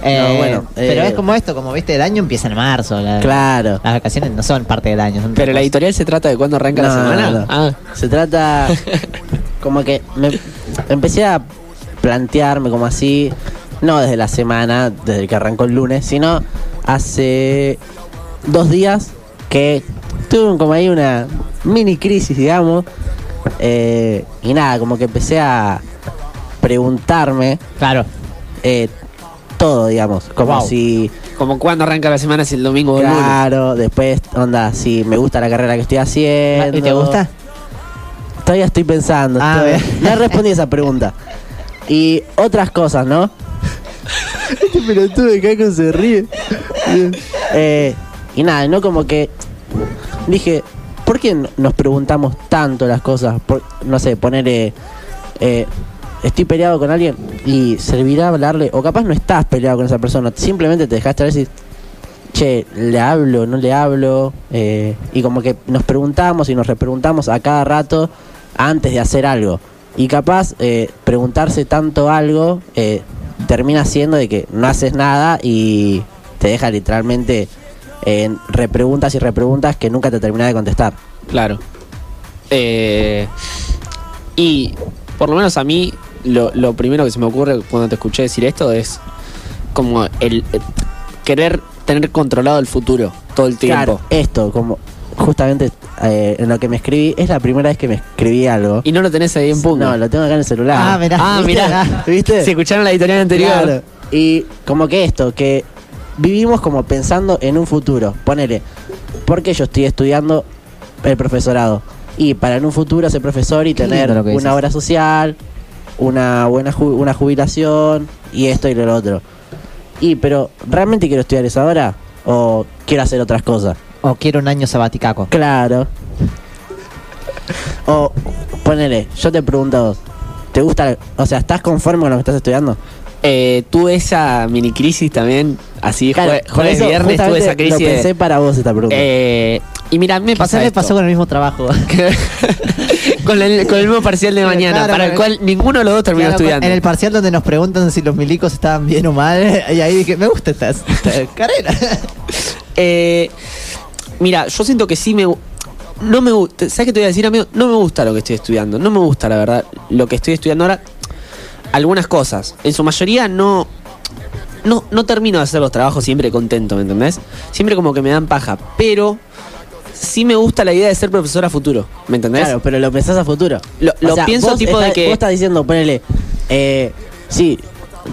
S7: Eh,
S6: bueno,
S7: pero
S6: eh,
S7: es como esto, como viste, el año empieza en marzo. la-
S6: Claro.
S7: Las vacaciones no son parte del año. son
S5: Pero la
S7: cosas.
S5: editorial se trata de cuándo arranca la
S6: No,
S5: semana.
S6: no, no.
S5: Ah,
S6: Se trata como que me empecé a plantearme como así, no desde la semana, desde que arrancó el lunes, sino hace dos días que tuve un- como ahí una mini crisis, digamos, eh, y nada, como que empecé a preguntarme
S7: Claro.
S6: eh, todo, digamos, como
S7: Wow.
S6: si...
S5: como cuándo arranca la semana si el domingo o el lunes.
S6: Claro, después, onda, si me gusta la carrera que estoy haciendo.
S7: ¿Y te gusta?
S6: Todavía estoy pensando.
S7: Ah,
S6: todavía-
S7: bien.
S6: No respondí esa pregunta. Y otras cosas, ¿no? este pelotudo de caco se ríe. Eh, y nada, ¿no? Como que dije, ¿por qué no- nos preguntamos tanto las cosas? Por- no sé, poner... eh, eh, estoy peleado con alguien y servirá hablarle... O capaz no estás peleado con esa persona. Simplemente te dejaste ver si... Che, le hablo, no le hablo. Eh, y como que nos preguntamos y nos repreguntamos a cada rato antes de hacer algo. Y capaz eh, preguntarse tanto algo eh, termina siendo de que no haces nada y te deja literalmente en repreguntas y repreguntas que nunca te termina de contestar.
S5: Claro. Eh, y por lo menos a mí, lo, lo primero que se me ocurre cuando te escuché decir esto es como el eh, querer tener controlado el futuro todo el tiempo.
S6: Claro, esto, como justamente eh, en lo que me escribí, es la primera vez que me escribí algo.
S5: Y no lo tenés ahí en punto.
S6: No, lo tengo acá en el celular.
S7: Ah, mirá.
S5: ah,
S7: ¿viste?
S5: mirá.
S6: ¿Viste?
S5: Si escucharon la editorial anterior.
S6: Claro. Y como que esto, que vivimos como pensando en un futuro. Ponele, ¿por qué yo estoy estudiando el profesorado? Y para en un futuro ser profesor y
S7: Qué
S6: tener
S7: lindo lo que
S6: una
S7: dices.
S6: obra social, una buena ju- una jubilación y esto y lo otro. Y pero ¿realmente quiero estudiar eso ahora o quiero hacer otras cosas?
S7: O quiero un año sabaticaco.
S6: Claro. O ponele, yo te pregunto a vos, ¿te gusta, o sea, estás conforme con lo que estás estudiando?
S5: Eh, tuve esa mini crisis también, así
S6: Claro,
S5: jue-
S6: por
S5: jueves
S6: eso
S5: viernes tuve
S6: justamente
S5: esa crisis.
S6: Lo
S5: de-
S6: pensé para vos esta pregunta.
S5: eh, y mira, me
S7: Quizás
S5: pasa
S7: me
S5: esto.
S7: pasó con el mismo trabajo.
S5: Que- con, el, con el mismo parcial de
S7: Claro,
S5: mañana,
S7: claro,
S5: para el
S7: claro.
S5: cual ninguno de los dos terminó
S7: Claro,
S5: estudiando.
S7: En el parcial donde nos preguntan si los milicos estaban bien o mal, y ahí dije, me gusta esta, esta carrera.
S5: Eh, mira, yo siento que sí me. gu- No me gusta. ¿Sabes qué te voy a decir, amigo? No me gusta lo que estoy estudiando. No me gusta, la verdad, lo que estoy estudiando ahora. Algunas cosas. En su mayoría no. No, no termino de hacer los trabajos siempre contento, ¿me entendés? Siempre como que me dan paja. Pero sí me gusta la idea de ser profesor a futuro, ¿me entendés?
S6: claro, pero lo pensás a futuro.
S5: Lo-
S6: O
S5: lo pienso
S6: vos
S5: tipo de
S6: estás-
S5: que-
S6: Vos estás diciendo, ponele, eh, sí,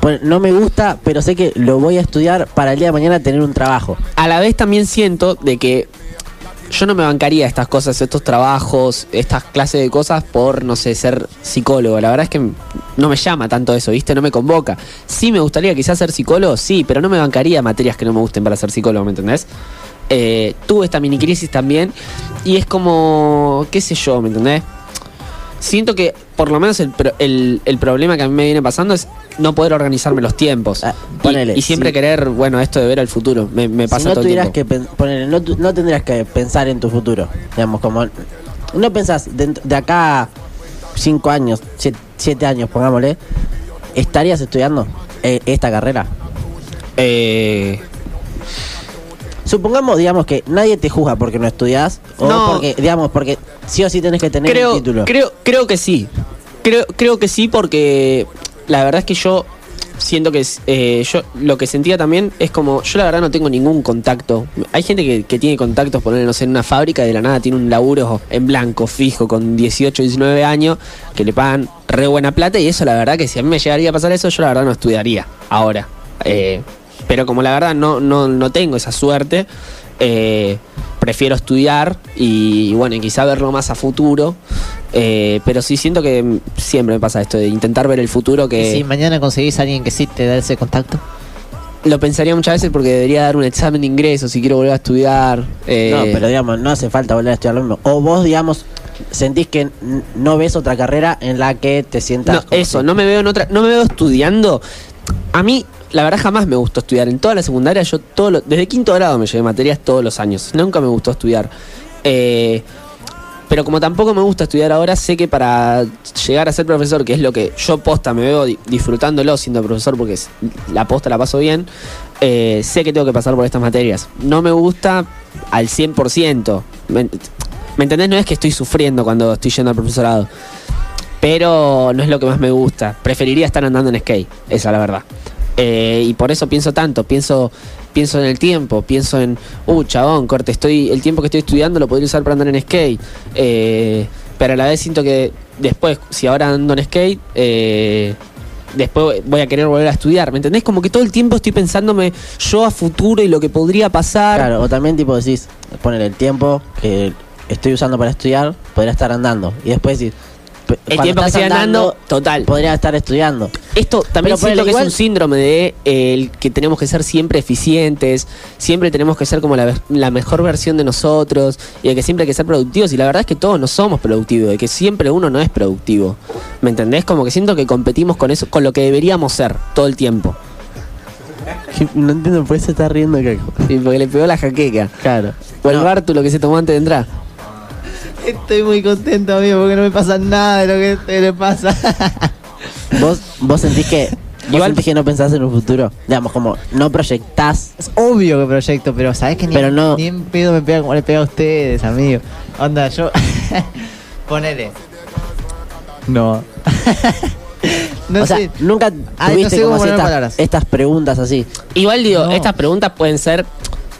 S6: pon- no me gusta, pero sé que lo voy a estudiar para el día de mañana tener un trabajo.
S5: a la vez también siento de que yo no me bancaría estas cosas, estos trabajos, estas clases de cosas por, no sé, ser psicólogo. La verdad es que no me llama tanto eso, ¿viste? No me convoca. Sí me gustaría quizás ser psicólogo, sí, pero no me bancaría materias que no me gusten para ser psicólogo, ¿me entendés? Eh, tuve esta mini crisis también y es como, qué sé yo, ¿me entendés? siento que por lo menos el, pro- el, el problema que a mí me viene pasando es no poder organizarme los tiempos.
S6: Ah,
S5: Y-
S6: ponele,
S5: y, siempre
S6: sí.
S5: querer, bueno, esto de ver al futuro. Me, me pasa
S6: si no
S5: todo el
S6: tuvieras
S5: tiempo.
S6: que pen- ponele, no, tu- no tendrías que pensar en tu futuro digamos como no pensás dentro- de acá cinco años siete, siete años pongámosle estarías estudiando eh, esta carrera
S5: Eh,
S6: supongamos digamos que nadie te juzga porque no estudias o
S5: No.
S6: porque digamos porque sí o sí tenés que tener un
S5: creo,
S6: título
S5: creo, creo que sí. Creo, creo que sí porque la verdad es que yo siento que es, eh, yo lo que sentía también es como yo la verdad no tengo ningún contacto. Hay gente que, que tiene contactos, ponernos en una fábrica y de la nada tiene un laburo en blanco fijo con 18, 19 años que le pagan re buena plata y eso la verdad que si a mí me llegaría a pasar eso yo la verdad no estudiaría ahora. Eh, pero como la verdad no, no, no tengo esa suerte, eh, prefiero estudiar y, bueno, y quizá verlo más a futuro. Eh, pero sí siento que mm, siempre me pasa esto de intentar ver el futuro
S7: Y
S5: que
S7: si mañana conseguís a alguien que sí te da ese contacto.
S5: lo pensaría muchas veces porque debería dar un examen de ingreso si quiero volver a estudiar. eh,
S6: no pero digamos no hace falta volver a estudiar lo mismo o vos digamos sentís que n- no ves otra carrera en la que te sientas
S5: No,
S6: como
S5: eso,
S6: si-
S5: no me veo en otra, no me veo estudiando. A mí, la verdad, jamás me gustó estudiar. En toda la secundaria, yo todo lo- desde quinto grado me llevé materias todos los años. Nunca me gustó estudiar. Eh, pero como tampoco me gusta estudiar ahora, sé que para llegar a ser profesor, que es lo que yo posta me veo di- disfrutándolo siendo profesor, porque es- la posta la paso bien, eh, sé que tengo que pasar por estas materias. No me gusta al 100%. ¿Me, ent- ¿me entendés? No es que estoy sufriendo cuando estoy yendo al profesorado. Pero no es lo que más me gusta. Preferiría estar andando en skate, esa es la verdad. Eh, y por eso pienso tanto, pienso, pienso en el tiempo, pienso en, uh, chabón, corte, estoy, el tiempo que estoy estudiando lo podría usar para andar en skate. Eh, pero a la vez siento que después, si ahora ando en skate, eh, después voy a querer volver a estudiar. ¿Me entendés? Como que todo el tiempo estoy pensándome yo a futuro y lo que podría pasar.
S6: Claro, o también tipo decís, poner el tiempo que estoy usando para estudiar, podría estar andando. Y después decís, p-
S5: el
S6: cuando
S5: tiempo que
S6: estás
S5: estoy andando, total.
S6: podría estar estudiando.
S5: Esto también
S6: Pero ponele,
S5: siento que
S6: igual-
S5: es un síndrome de eh, el que tenemos que ser siempre eficientes, siempre tenemos que ser como la, ve- la mejor versión de nosotros y de que siempre hay que ser productivos. Y la verdad es que todos no somos productivos, de que siempre uno no es productivo. ¿Me entendés? Como que siento que competimos con eso, con lo que deberíamos ser todo el tiempo.
S6: No entiendo por qué se está riendo que
S5: Y porque le pegó la jaqueca.
S6: Claro.
S5: O el
S6: No.
S5: bártulo que se tomó antes de entrar.
S7: Estoy muy contento, amigo, porque no me pasa nada de lo que te le pasa.
S6: Vos, vos sentís que vos
S5: Igual-
S6: sentís que no pensás en un futuro. Digamos, como no proyectás.
S7: es obvio que proyecto, pero sabes que ni,
S6: Pero no-
S7: ni en pedo me pega como le pega a ustedes, amigo. Onda, yo. Ponele. No. no
S6: o sea,
S7: sé.
S6: nunca
S7: Ay, no
S6: tuviste
S7: sé
S6: como
S7: cómo
S6: así
S7: poner
S6: estas-
S7: palabras.
S6: estas preguntas así.
S5: Igual digo,
S7: No.
S5: estas preguntas pueden ser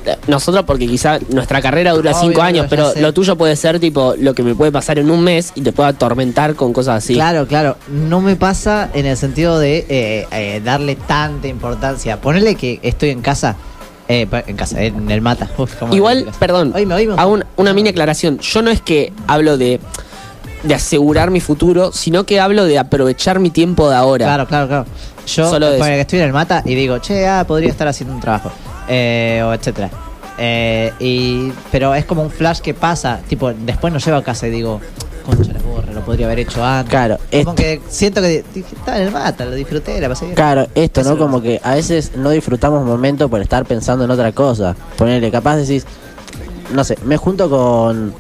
S5: eh, nosotros porque quizá nuestra carrera dura
S7: Obvio,
S5: cinco
S7: obvio,
S5: años,
S7: ya
S5: pero
S7: sé.
S5: lo tuyo puede ser tipo lo que me puede pasar en un mes y te puede atormentar con cosas así.
S7: Claro, claro. No me pasa en el sentido de eh, eh, darle tanta importancia. Ponele que estoy en casa. eh, pa- en casa, en el mata. Uf, cómo
S5: Igual,
S7: me-
S5: perdón,
S7: Oíme, oíme.
S5: hago un- una mini aclaración. Yo no es que hablo de, de asegurar mi futuro, sino que hablo de aprovechar mi tiempo de ahora.
S7: Claro, claro, claro. Yo
S5: Solo
S7: eh,
S5: eso.
S7: ponele que estoy en el mata y digo, che, ah, podría estar haciendo un trabajo. eh, o etcétera. Eh, y, pero es como un flash que pasa. Tipo, después no llevo a casa y digo, concha la borra, lo podría haber hecho antes.
S6: Claro,
S7: Como
S6: esto-
S7: que siento que dije, estaba en el mata, lo disfruté, la pasé bien.
S6: Claro, esto,
S7: Eso
S6: ¿no?
S7: lo
S6: Como que a veces no disfrutamos momentos por estar pensando en otra cosa. Ponerle, capaz decís, no sé, me junto con,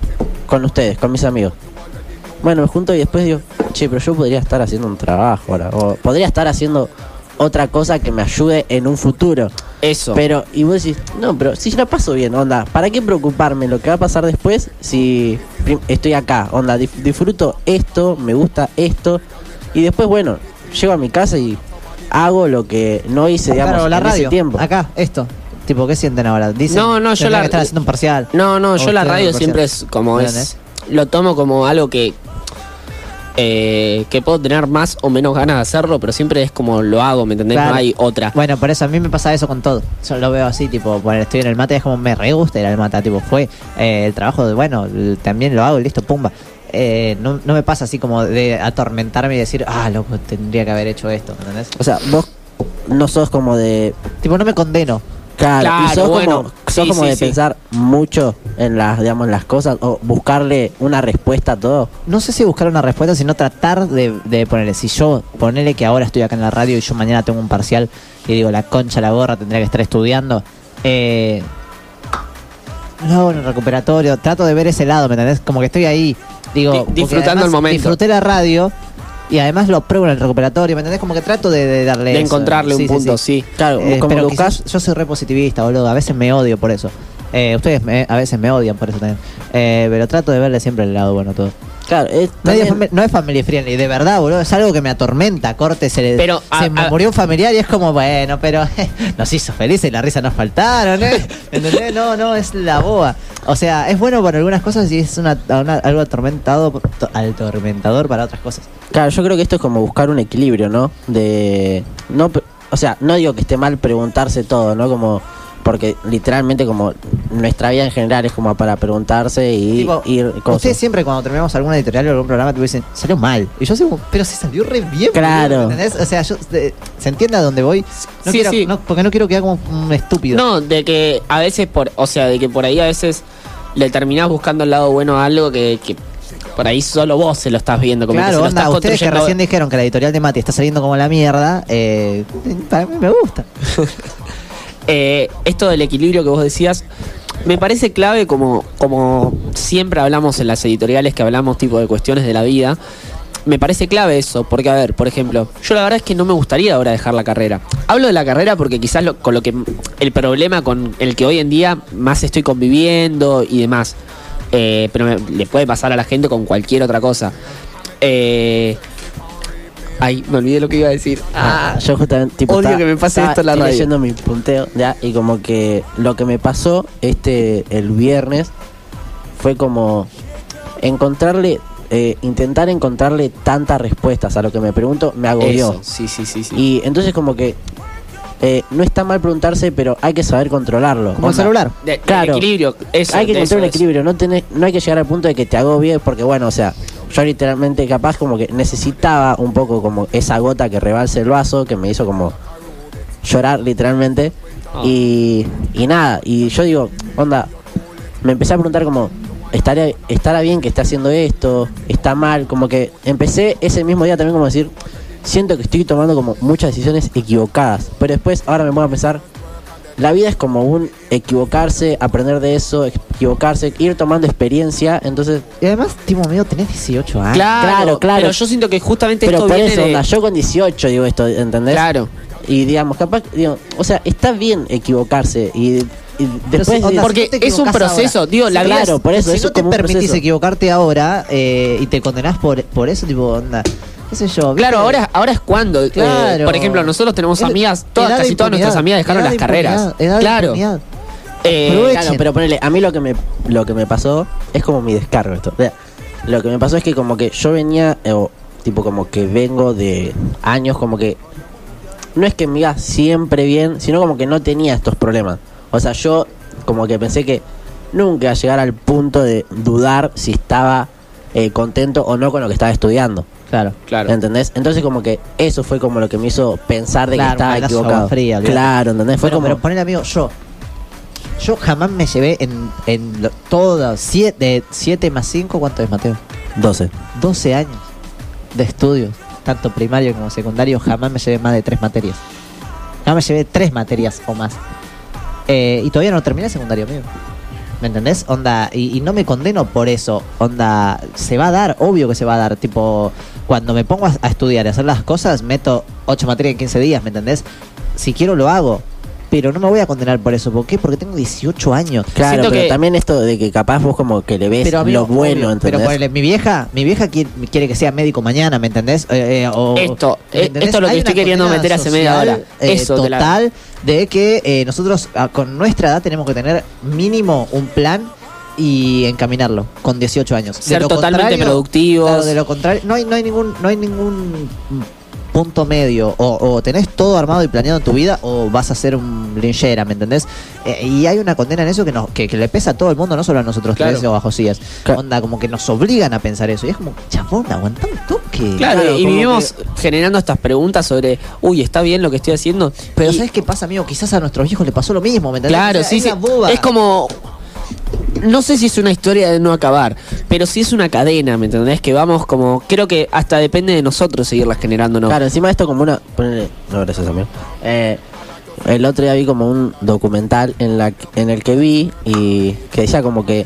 S6: con ustedes, con mis amigos. Bueno, me junto y después digo, che, pero yo podría estar haciendo un trabajo ahora. O podría estar haciendo otra cosa que me ayude en un futuro.
S5: Eso.
S6: Pero, y vos decís, no, pero si yo la paso bien, onda, ¿para qué preocuparme lo que va a pasar después si prim- estoy acá? Onda, dif- disfruto esto, me gusta esto, y después, bueno, llego a mi casa y hago lo que no hice, digamos,
S7: Claro, la
S6: en ese
S7: radio.
S6: tiempo.
S7: Acá, esto. Tipo, ¿qué sienten ahora? Dicen,
S5: No, no, yo
S7: tendría
S5: la-
S7: que estar haciendo un parcial.
S5: No, no,
S7: O
S5: yo la
S7: ustedes,
S5: radio
S7: por
S5: siempre
S7: cierto. ¿eh?
S5: es como es.
S7: ¿Entendés?
S5: Lo tomo como algo que. eh, que puedo tener más o menos ganas de hacerlo, pero siempre es como lo hago, ¿me entendés?
S7: Claro.
S5: No hay otra.
S7: Bueno, por eso a mí me pasa eso con todo. Yo lo veo así, tipo, bueno, estoy en el mate, es como me re gusta ir al mata, tipo, fue eh, el trabajo de, bueno, l- también lo hago, listo, pumba. Eh, no, no me pasa así como de atormentarme y decir, ah, loco, tendría que haber hecho esto, ¿entendés?
S6: O sea, vos no sos como de...
S7: Tipo, no me condeno.
S6: Claro, y
S5: Claro,
S6: sos
S5: bueno,
S6: como... sos
S5: Sí,
S6: como
S5: sí,
S6: de
S5: sí.
S6: pensar mucho en las, digamos, en las cosas o buscarle una respuesta a todo.
S7: No sé si buscar una respuesta, sino tratar de, de ponerle. Si yo, ponerle que ahora estoy acá en la radio y yo mañana tengo un parcial y digo, la concha, la gorra, tendría que estar estudiando. Eh, no hago en el recuperatorio. Trato de ver ese lado, ¿me entendés? Como que estoy ahí. Digo,
S5: Di-
S7: porque
S5: disfrutando
S7: además
S5: el momento.
S7: Disfruté la radio y además lo pruebo en el recuperatorio, ¿me entendés? Como que trato de, de darle.
S5: de
S7: eso.
S5: encontrarle
S7: Sí,
S5: un
S7: sí,
S5: punto,
S7: sí.
S5: sí.
S6: Claro,
S7: Eh,
S6: como
S7: pero
S6: buscas
S7: quizás yo soy repositivista, boludo. A veces me odio por eso. Eh, ustedes me- a veces me odian por eso también. Eh, pero trato de verle siempre el lado bueno a todo.
S6: Claro, es
S7: Medio
S6: también-
S7: fami- no es family friendly, de verdad, boludo. Es algo que me atormenta, corte. Se, le-
S5: Pero,
S7: se
S5: a-
S7: me
S5: a-
S7: murió un familiar y es como, bueno, pero nos hizo felices y la risa nos faltaron, ¿eh? ¿Entendés? No, no, es la boba. O sea, es bueno para algunas cosas y es una, una- algo atormentado, to- atormentador para otras cosas.
S6: Claro, yo creo que esto es como buscar un equilibrio, ¿no? De no, pre- o sea, no digo que esté mal preguntarse todo, ¿no? Como porque literalmente como nuestra vida en general es como para preguntarse y
S7: Tipo,
S6: ir cosas.
S7: Ustedes siempre cuando terminamos alguna editorial o algún programa te dicen, salió mal. Y yo digo, pero si salió re bien. boludo",
S6: Claro.
S7: ¿entendés? O sea, yo, eh, se entiende a dónde voy. No
S5: Sí,
S7: quiero-
S5: sí.
S7: no- porque no quiero quedar como un estúpido.
S5: No, de que a veces, por, o sea, de que por ahí a veces le terminás buscando el lado bueno a algo que, que por ahí solo vos se lo estás viendo, como que
S7: claro,
S5: se lo
S7: onda,
S5: estás
S7: ustedes que
S5: construyendo.
S7: recién dijeron que la editorial de Mati está saliendo como la mierda, eh, para mí me gusta.
S5: Eh, esto del equilibrio que vos decías, me parece clave como, como siempre hablamos en las editoriales que hablamos tipo de cuestiones de la vida. Me parece clave eso, porque a ver, por ejemplo, yo la verdad es que no me gustaría ahora dejar la carrera. Hablo de la carrera porque quizás lo- con lo que el problema con el que hoy en día más estoy conviviendo y demás. Eh, pero me- le puede pasar a la gente con cualquier otra cosa. Eh, ay, me olvidé lo que iba a decir.
S6: Ah, yo justamente tipo,
S5: odio que me pase esto en la
S6: estoy
S5: radio.
S6: leyendo mi punteo ya y como que lo que me pasó este el viernes fue como encontrarle eh, intentar encontrarle tantas respuestas a lo que me pregunto me agobió.
S5: Eso, Sí, sí, sí, sí.
S6: Y entonces como que eh, no está mal preguntarse, pero hay que saber controlarlo.
S7: Como el
S6: Onda,
S7: celular.
S5: De- del
S6: Claro.
S5: equilibrio, eso,
S6: hay que
S5: de
S6: encontrar
S5: eso,
S6: un
S5: de eso.
S6: equilibrio, no tenés, no hay que llegar al punto de que te agobie, porque bueno, o sea, yo literalmente capaz como que necesitaba un poco como esa gota que rebalse el vaso, que me hizo como llorar literalmente.
S5: Ah.
S6: Y, y nada, y yo digo, onda, me empecé a preguntar como, ¿estará, ¿estará bien que esté haciendo esto? ¿Está mal? Como que empecé ese mismo día también como a decir, siento que estoy tomando como muchas decisiones equivocadas, pero después ahora me pongo a pensar, la vida es como un equivocarse, aprender de eso, equivocarse, ir tomando experiencia, entonces...
S7: Y además, Timo, amigo, tenés 18 años.
S5: Claro,
S6: Claro,
S5: claro,
S6: claro.
S5: Pero yo siento que justamente
S6: Pero
S5: esto
S6: por
S5: viene
S6: eso,
S5: de-
S6: onda, yo con 18 digo esto, ¿entendés?
S5: Claro.
S6: Y digamos, capaz, digo, o sea, está bien equivocarse y, y después...
S7: onda,
S5: Porque
S7: no te
S5: es un
S7: equivocás
S5: proceso,
S7: ahora.
S5: digo, la
S7: Sí,
S5: vida
S6: claro,
S5: es-
S6: por eso,
S7: si
S6: eso
S7: no
S6: es
S7: te
S6: como un
S7: permitís
S6: proceso.
S7: equivocarte ahora eh, y te condenás por, por eso, tipo, onda, qué sé yo.
S5: Claro,
S7: ¿viste?
S5: ahora, ahora es cuando. eh,
S7: Claro.
S5: por ejemplo, nosotros tenemos
S7: Es-
S5: amigas, todas,
S7: edad de
S5: casi todas
S7: impunidad,
S5: nuestras amigas dejaron
S7: edad
S5: las
S7: de
S5: carreras.
S7: impunidad, edad de
S5: claro.
S7: impunidad.
S5: Eh,
S7: Aprovechen.
S6: Claro, pero ponele, a mí lo que me lo que me pasó es como mi descargo esto. O sea, lo que me pasó es que como que yo venía eh, o, tipo como que vengo de años como que no es que me iba siempre bien, sino como que no tenía estos problemas. O sea, yo como que pensé que nunca iba a llegar al punto de dudar si estaba eh, contento o no con lo que estaba estudiando.
S7: Claro.
S5: Claro.
S6: ¿Entendés? Entonces como que eso fue como lo que me hizo pensar de
S7: Claro,
S6: que estaba
S7: un baldazo de agua
S6: equivocado.
S7: fría, olvidate.
S6: claro, ¿entendés? Fue
S7: Bueno,
S6: como
S7: pero poner amigo, yo. Yo jamás me llevé en, en lo- todo. 7 más 5, ¿cuánto es, Mateo?
S6: 12.
S7: 12 años de estudios, tanto primario como secundario, jamás me llevé más de tres materias. Jamás me llevé tres materias o más. Eh, y todavía no terminé secundario mío. ¿Me entendés? Onda, y, y no me condeno por eso. Onda, se va a dar, obvio que se va a dar. Tipo, cuando me pongo a, a estudiar y hacer las cosas, meto ocho materias en 15 días, ¿me entendés? Si quiero lo hago. Pero no me voy a condenar por eso. ¿Por qué? Porque tengo 18 años.
S6: Claro,
S5: Siento
S6: pero
S5: que-
S6: también esto de que capaz vos como que le ves
S7: amigo,
S6: lo bueno,
S7: obvio, Pero
S6: ¿entendés?
S7: ponele, mi vieja, mi vieja qui- quiere, que sea médico mañana, ¿me entendés? Eh, eh, o-
S5: Esto,
S7: ¿me
S5: eh, esto es lo que
S7: Hay
S5: estoy
S7: una
S5: queriendo
S7: condena
S5: meter hace media
S7: social,
S5: hora.
S7: eh,
S5: Eso, de la-
S7: total de que eh, nosotros ah, con nuestra edad tenemos que tener mínimo un plan y encaminarlo con 18 años. De
S5: Ser
S7: lo
S5: totalmente
S7: contrario-
S5: productivos.
S7: claro, de lo contrario, no hay, no hay ningún, no hay ningún punto medio. O, o tenés todo armado y planeado en tu vida o vas a ser un linchera, ¿me entendés? Eh, y hay una condena en eso que, nos, que, que le pesa a todo el mundo, no solo a nosotros
S5: Claro.
S7: tres o a Josías.
S5: Claro.
S7: Onda, como que nos obligan a pensar eso. Y es como, chabón, aguantá un toque.
S5: Claro,
S6: Claro,
S5: y
S6: como
S5: vivimos generando estas preguntas sobre, uy, ¿está bien lo que estoy haciendo?
S7: Pero
S5: Y-
S7: ¿sabes qué pasa, amigo? Quizás a nuestros hijos le pasó lo mismo, ¿me entendés?
S5: Claro,
S7: O sea,
S5: sí,
S7: es
S5: sí.
S7: la boba.
S5: Es como. No sé si es una historia de no acabar, pero sí es una cadena, ¿me entendés? Que vamos como. Creo que hasta depende de nosotros seguirlas generando, ¿no?
S6: Claro, encima de esto como una... ponele- no, gracias amigo. Eh, el otro día vi como un documental en, la, que- en el que vi y que decía como que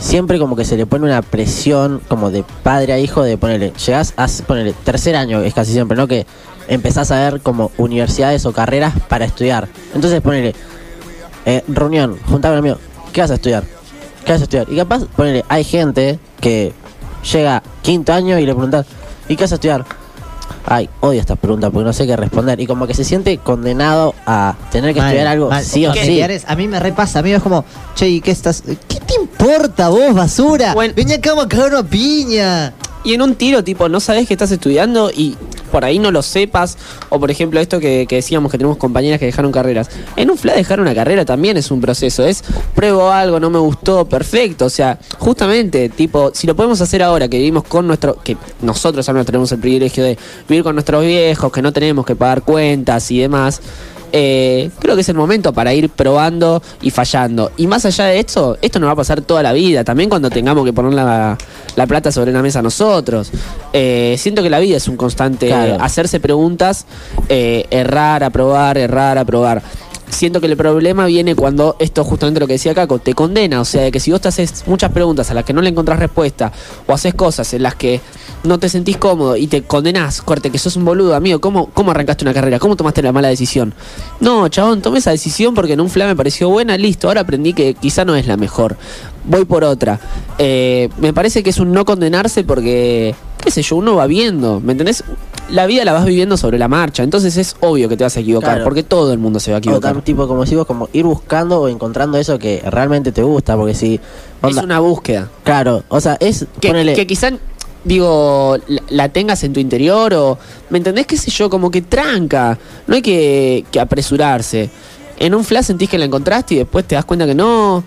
S6: siempre como que se le pone una presión como de padre a hijo de ponerle, llegás a ponerle tercer año, es casi siempre, ¿no? Que empezás a ver como universidades o carreras para estudiar. Entonces ponele, eh, reunión, juntame amigo, ¿qué vas a estudiar? ¿Qué vas a estudiar? Y capaz, ponele, hay gente que llega quinto año y le preguntan, ¿y qué vas a estudiar? Ay, odio estas preguntas porque no sé qué responder. Y como que se siente condenado a tener que
S7: Mal,
S6: estudiar algo
S7: mal.
S6: sí o sí.
S7: Familiares, A mí me repasa, a mí es como, che, ¿y qué estás? ¿Qué te importa vos, basura?
S5: Bueno.
S7: Vení acá vamos a cagar una piña.
S5: Y en un tiro, tipo, no sabes que estás estudiando y por ahí no lo sepas. O por ejemplo, esto que, que decíamos que tenemos compañeras que dejaron carreras. En un fla dejar una carrera también es un proceso. Es pruebo algo, no me gustó, perfecto. O sea, justamente, tipo, si lo podemos hacer ahora que vivimos con nuestro. que nosotros al menos tenemos el privilegio de vivir con nuestros viejos, que no tenemos que pagar cuentas y demás. eh, creo que es el momento para ir probando y fallando. Y más allá de esto, esto nos va a pasar toda la vida. También cuando tengamos que poner la, la plata sobre la mesa nosotros. Eh, siento que la vida es un constante
S6: Claro.
S5: eh, hacerse preguntas, eh, errar, aprobar, errar, aprobar. Siento que el problema viene cuando esto justamente lo que decía Caco, te condena, o sea, de que si vos te haces muchas preguntas a las que no le encontrás respuesta o haces cosas en las que no te sentís cómodo y te condenás, corte, que sos un boludo, amigo, ¿cómo, cómo arrancaste una carrera? ¿Cómo tomaste la mala decisión? No, chabón, tomé esa decisión porque en un fla me pareció buena, listo, ahora aprendí que quizá no es la mejor, voy por otra. Eh, me parece que es un no condenarse porque qué sé yo, uno va viendo, ¿me entendés? La vida la vas viviendo sobre la marcha, entonces es obvio que te vas a equivocar,
S6: Claro.
S5: porque todo el mundo se va a
S6: O
S5: equivocar.
S6: tam- tipo, como si vos, como ir buscando o encontrando eso que realmente te gusta, porque si...
S5: Es
S6: onda-
S5: una búsqueda.
S6: Claro, o sea, es...
S5: Que,
S6: ponele-
S5: que quizá, digo, la, la tengas en tu interior o, ¿me entendés? ¿Qué sé yo? Como que tranca, no hay que, que apresurarse. En un flash sentís que la encontraste y después te das cuenta que no.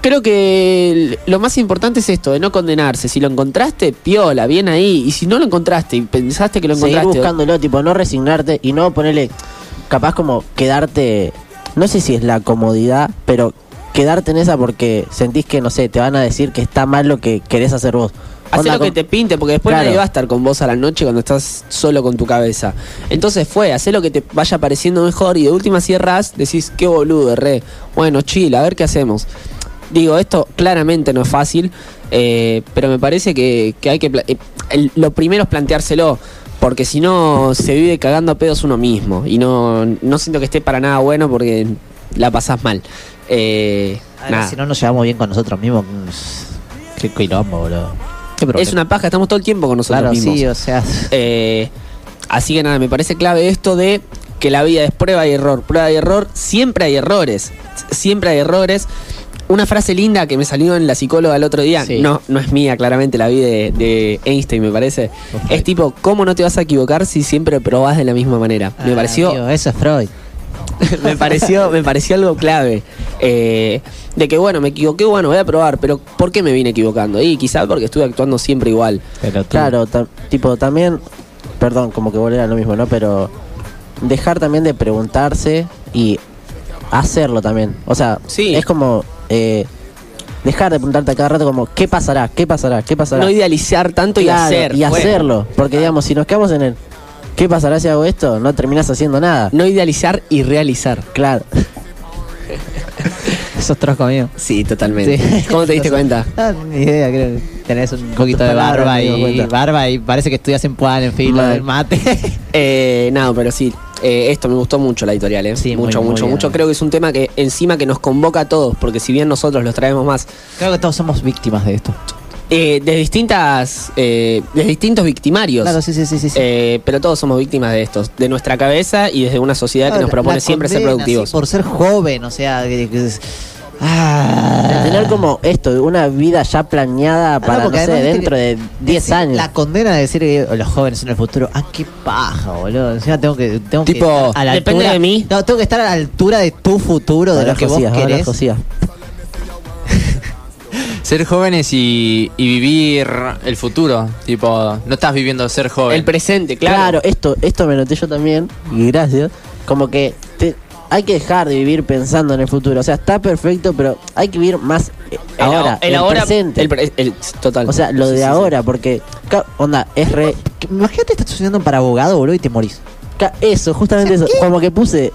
S5: Creo que l- lo más importante es esto, de no condenarse. Si lo encontraste, piola, bien ahí. Y si no lo encontraste y pensaste que lo
S6: seguir
S5: encontraste...
S6: buscándolo, tipo, no resignarte y no ponerle, capaz como quedarte, no sé si es la comodidad, pero quedarte en esa porque sentís que, no sé, te van a decir que está mal lo que querés hacer vos.
S5: Hacé
S6: Onda,
S5: lo que
S6: como-
S5: te pinte, porque después
S6: Claro.
S5: nadie va a estar con vos a la noche cuando estás solo con tu cabeza. Entonces fue, hacé lo que te vaya pareciendo mejor y de última cierras, decís, qué boludo, erré. Bueno, chill, a ver qué hacemos. Digo, esto claramente no es fácil, eh, pero me parece que, que hay que... pla- eh, el- lo primero es planteárselo, porque si no se vive cagando a pedos uno mismo. Y no, no siento que esté para nada bueno porque la pasás mal. Eh,
S7: Ahora,
S5: nada.
S7: si no nos llevamos bien con nosotros mismos, mm, qué quilombo, boludo. Qué problema.
S5: Es una paja, estamos todo el tiempo con nosotros
S7: Claro,
S5: mismos.
S7: sí, o sea.
S5: Eh, así que nada, me parece clave esto de que la vida es prueba y error, prueba y error, siempre hay errores, s- siempre hay errores. Una frase linda que me salió en la psicóloga el otro día,
S7: Sí.
S5: no, no es mía, claramente la vi de, de Einstein, me parece.
S7: Ok.
S5: Es tipo, ¿cómo no te vas a equivocar si siempre probás de la misma manera? me
S7: ah,
S5: pareció
S7: amigo, eso es Freud.
S5: me pareció me pareció algo clave eh, de que bueno me equivoqué bueno voy a probar pero por qué me vine equivocando y quizás porque estuve actuando siempre igual
S7: Pero
S6: Claro, ta- tipo, también, perdón, como que volver a lo mismo, ¿no? Pero dejar también de preguntarse y hacerlo también. O sea,
S5: Sí.
S6: es como eh, dejar de preguntarte a cada rato como, ¿qué pasará? ¿Qué pasará? ¿Qué pasará?
S5: no idealizar tanto y
S6: Claro,
S5: hacer
S6: y
S5: Bueno,
S6: hacerlo. Porque, digamos, si nos quedamos en el, ¿qué pasará si hago esto? No terminas haciendo nada.
S5: no idealizar y realizar
S6: Claro.
S7: Esos trozos mío.
S5: sí totalmente cómo te diste cuenta
S7: Ah, ni idea, creo. que Tenés un poquito de
S6: palabras
S7: barba
S6: me di
S7: y,
S6: cuenta.
S7: barba y parece que estudias en Puan, en fin, lo
S5: Mal.
S7: del mate.
S5: Eh, no, pero sí, eh, esto me gustó mucho la editorial, ¿eh?
S7: Sí, muy,
S5: mucho,
S7: muy
S5: mucho,
S7: bien.
S5: mucho. Creo que es un tema que encima que nos convoca a todos, porque si bien nosotros los traemos más,
S7: Creo que todos somos víctimas de esto.
S5: eh, de distintas, eh, de distintos victimarios.
S7: Claro, sí, sí, sí, sí. sí.
S5: Eh, pero todos somos víctimas de esto, de nuestra cabeza y desde una sociedad que nos
S7: La-
S5: propone
S7: la
S5: siempre ser
S7: condena,
S5: productivos.
S7: sí, por ser joven, o sea, que- que es- Ah.
S6: De tener como esto, una vida ya planeada
S7: no,
S6: para, no
S7: Ah, porque
S6: sé,
S7: además, viste
S6: dentro
S7: que-
S6: de 10
S7: Decir-
S6: años.
S7: La condena de decir que los jóvenes son el futuro. Ah, qué paja, boludo. Encima tengo que. Tengo
S5: Tipo,
S7: que estar a la
S5: depende
S7: altura-
S5: de mí.
S7: No, tengo que estar a la altura de tu futuro, de
S6: Ahora
S7: lo que vos
S6: Josías, ahora
S7: querés.
S6: Josías.
S8: Ser jóvenes y, y vivir el futuro. Tipo, no estás viviendo ser joven.
S5: El presente,
S6: Claro,
S5: claro.
S6: esto, esto me noté yo también, y gracias. Como que te- hay que dejar de vivir pensando en el futuro. O sea, está perfecto, pero hay que vivir más eh,
S5: El a-
S6: ahora,
S5: el,
S6: el,
S5: ahora,
S6: presente.
S5: el pre- el- total.
S6: o sea, lo
S5: Sí,
S6: de
S5: sí, sí.
S6: ahora, porque, ca- onda, es re...
S7: Imagínate, estás estudiando para abogado, boludo, y te morís.
S6: ca- eso, justamente eso. Como que puse...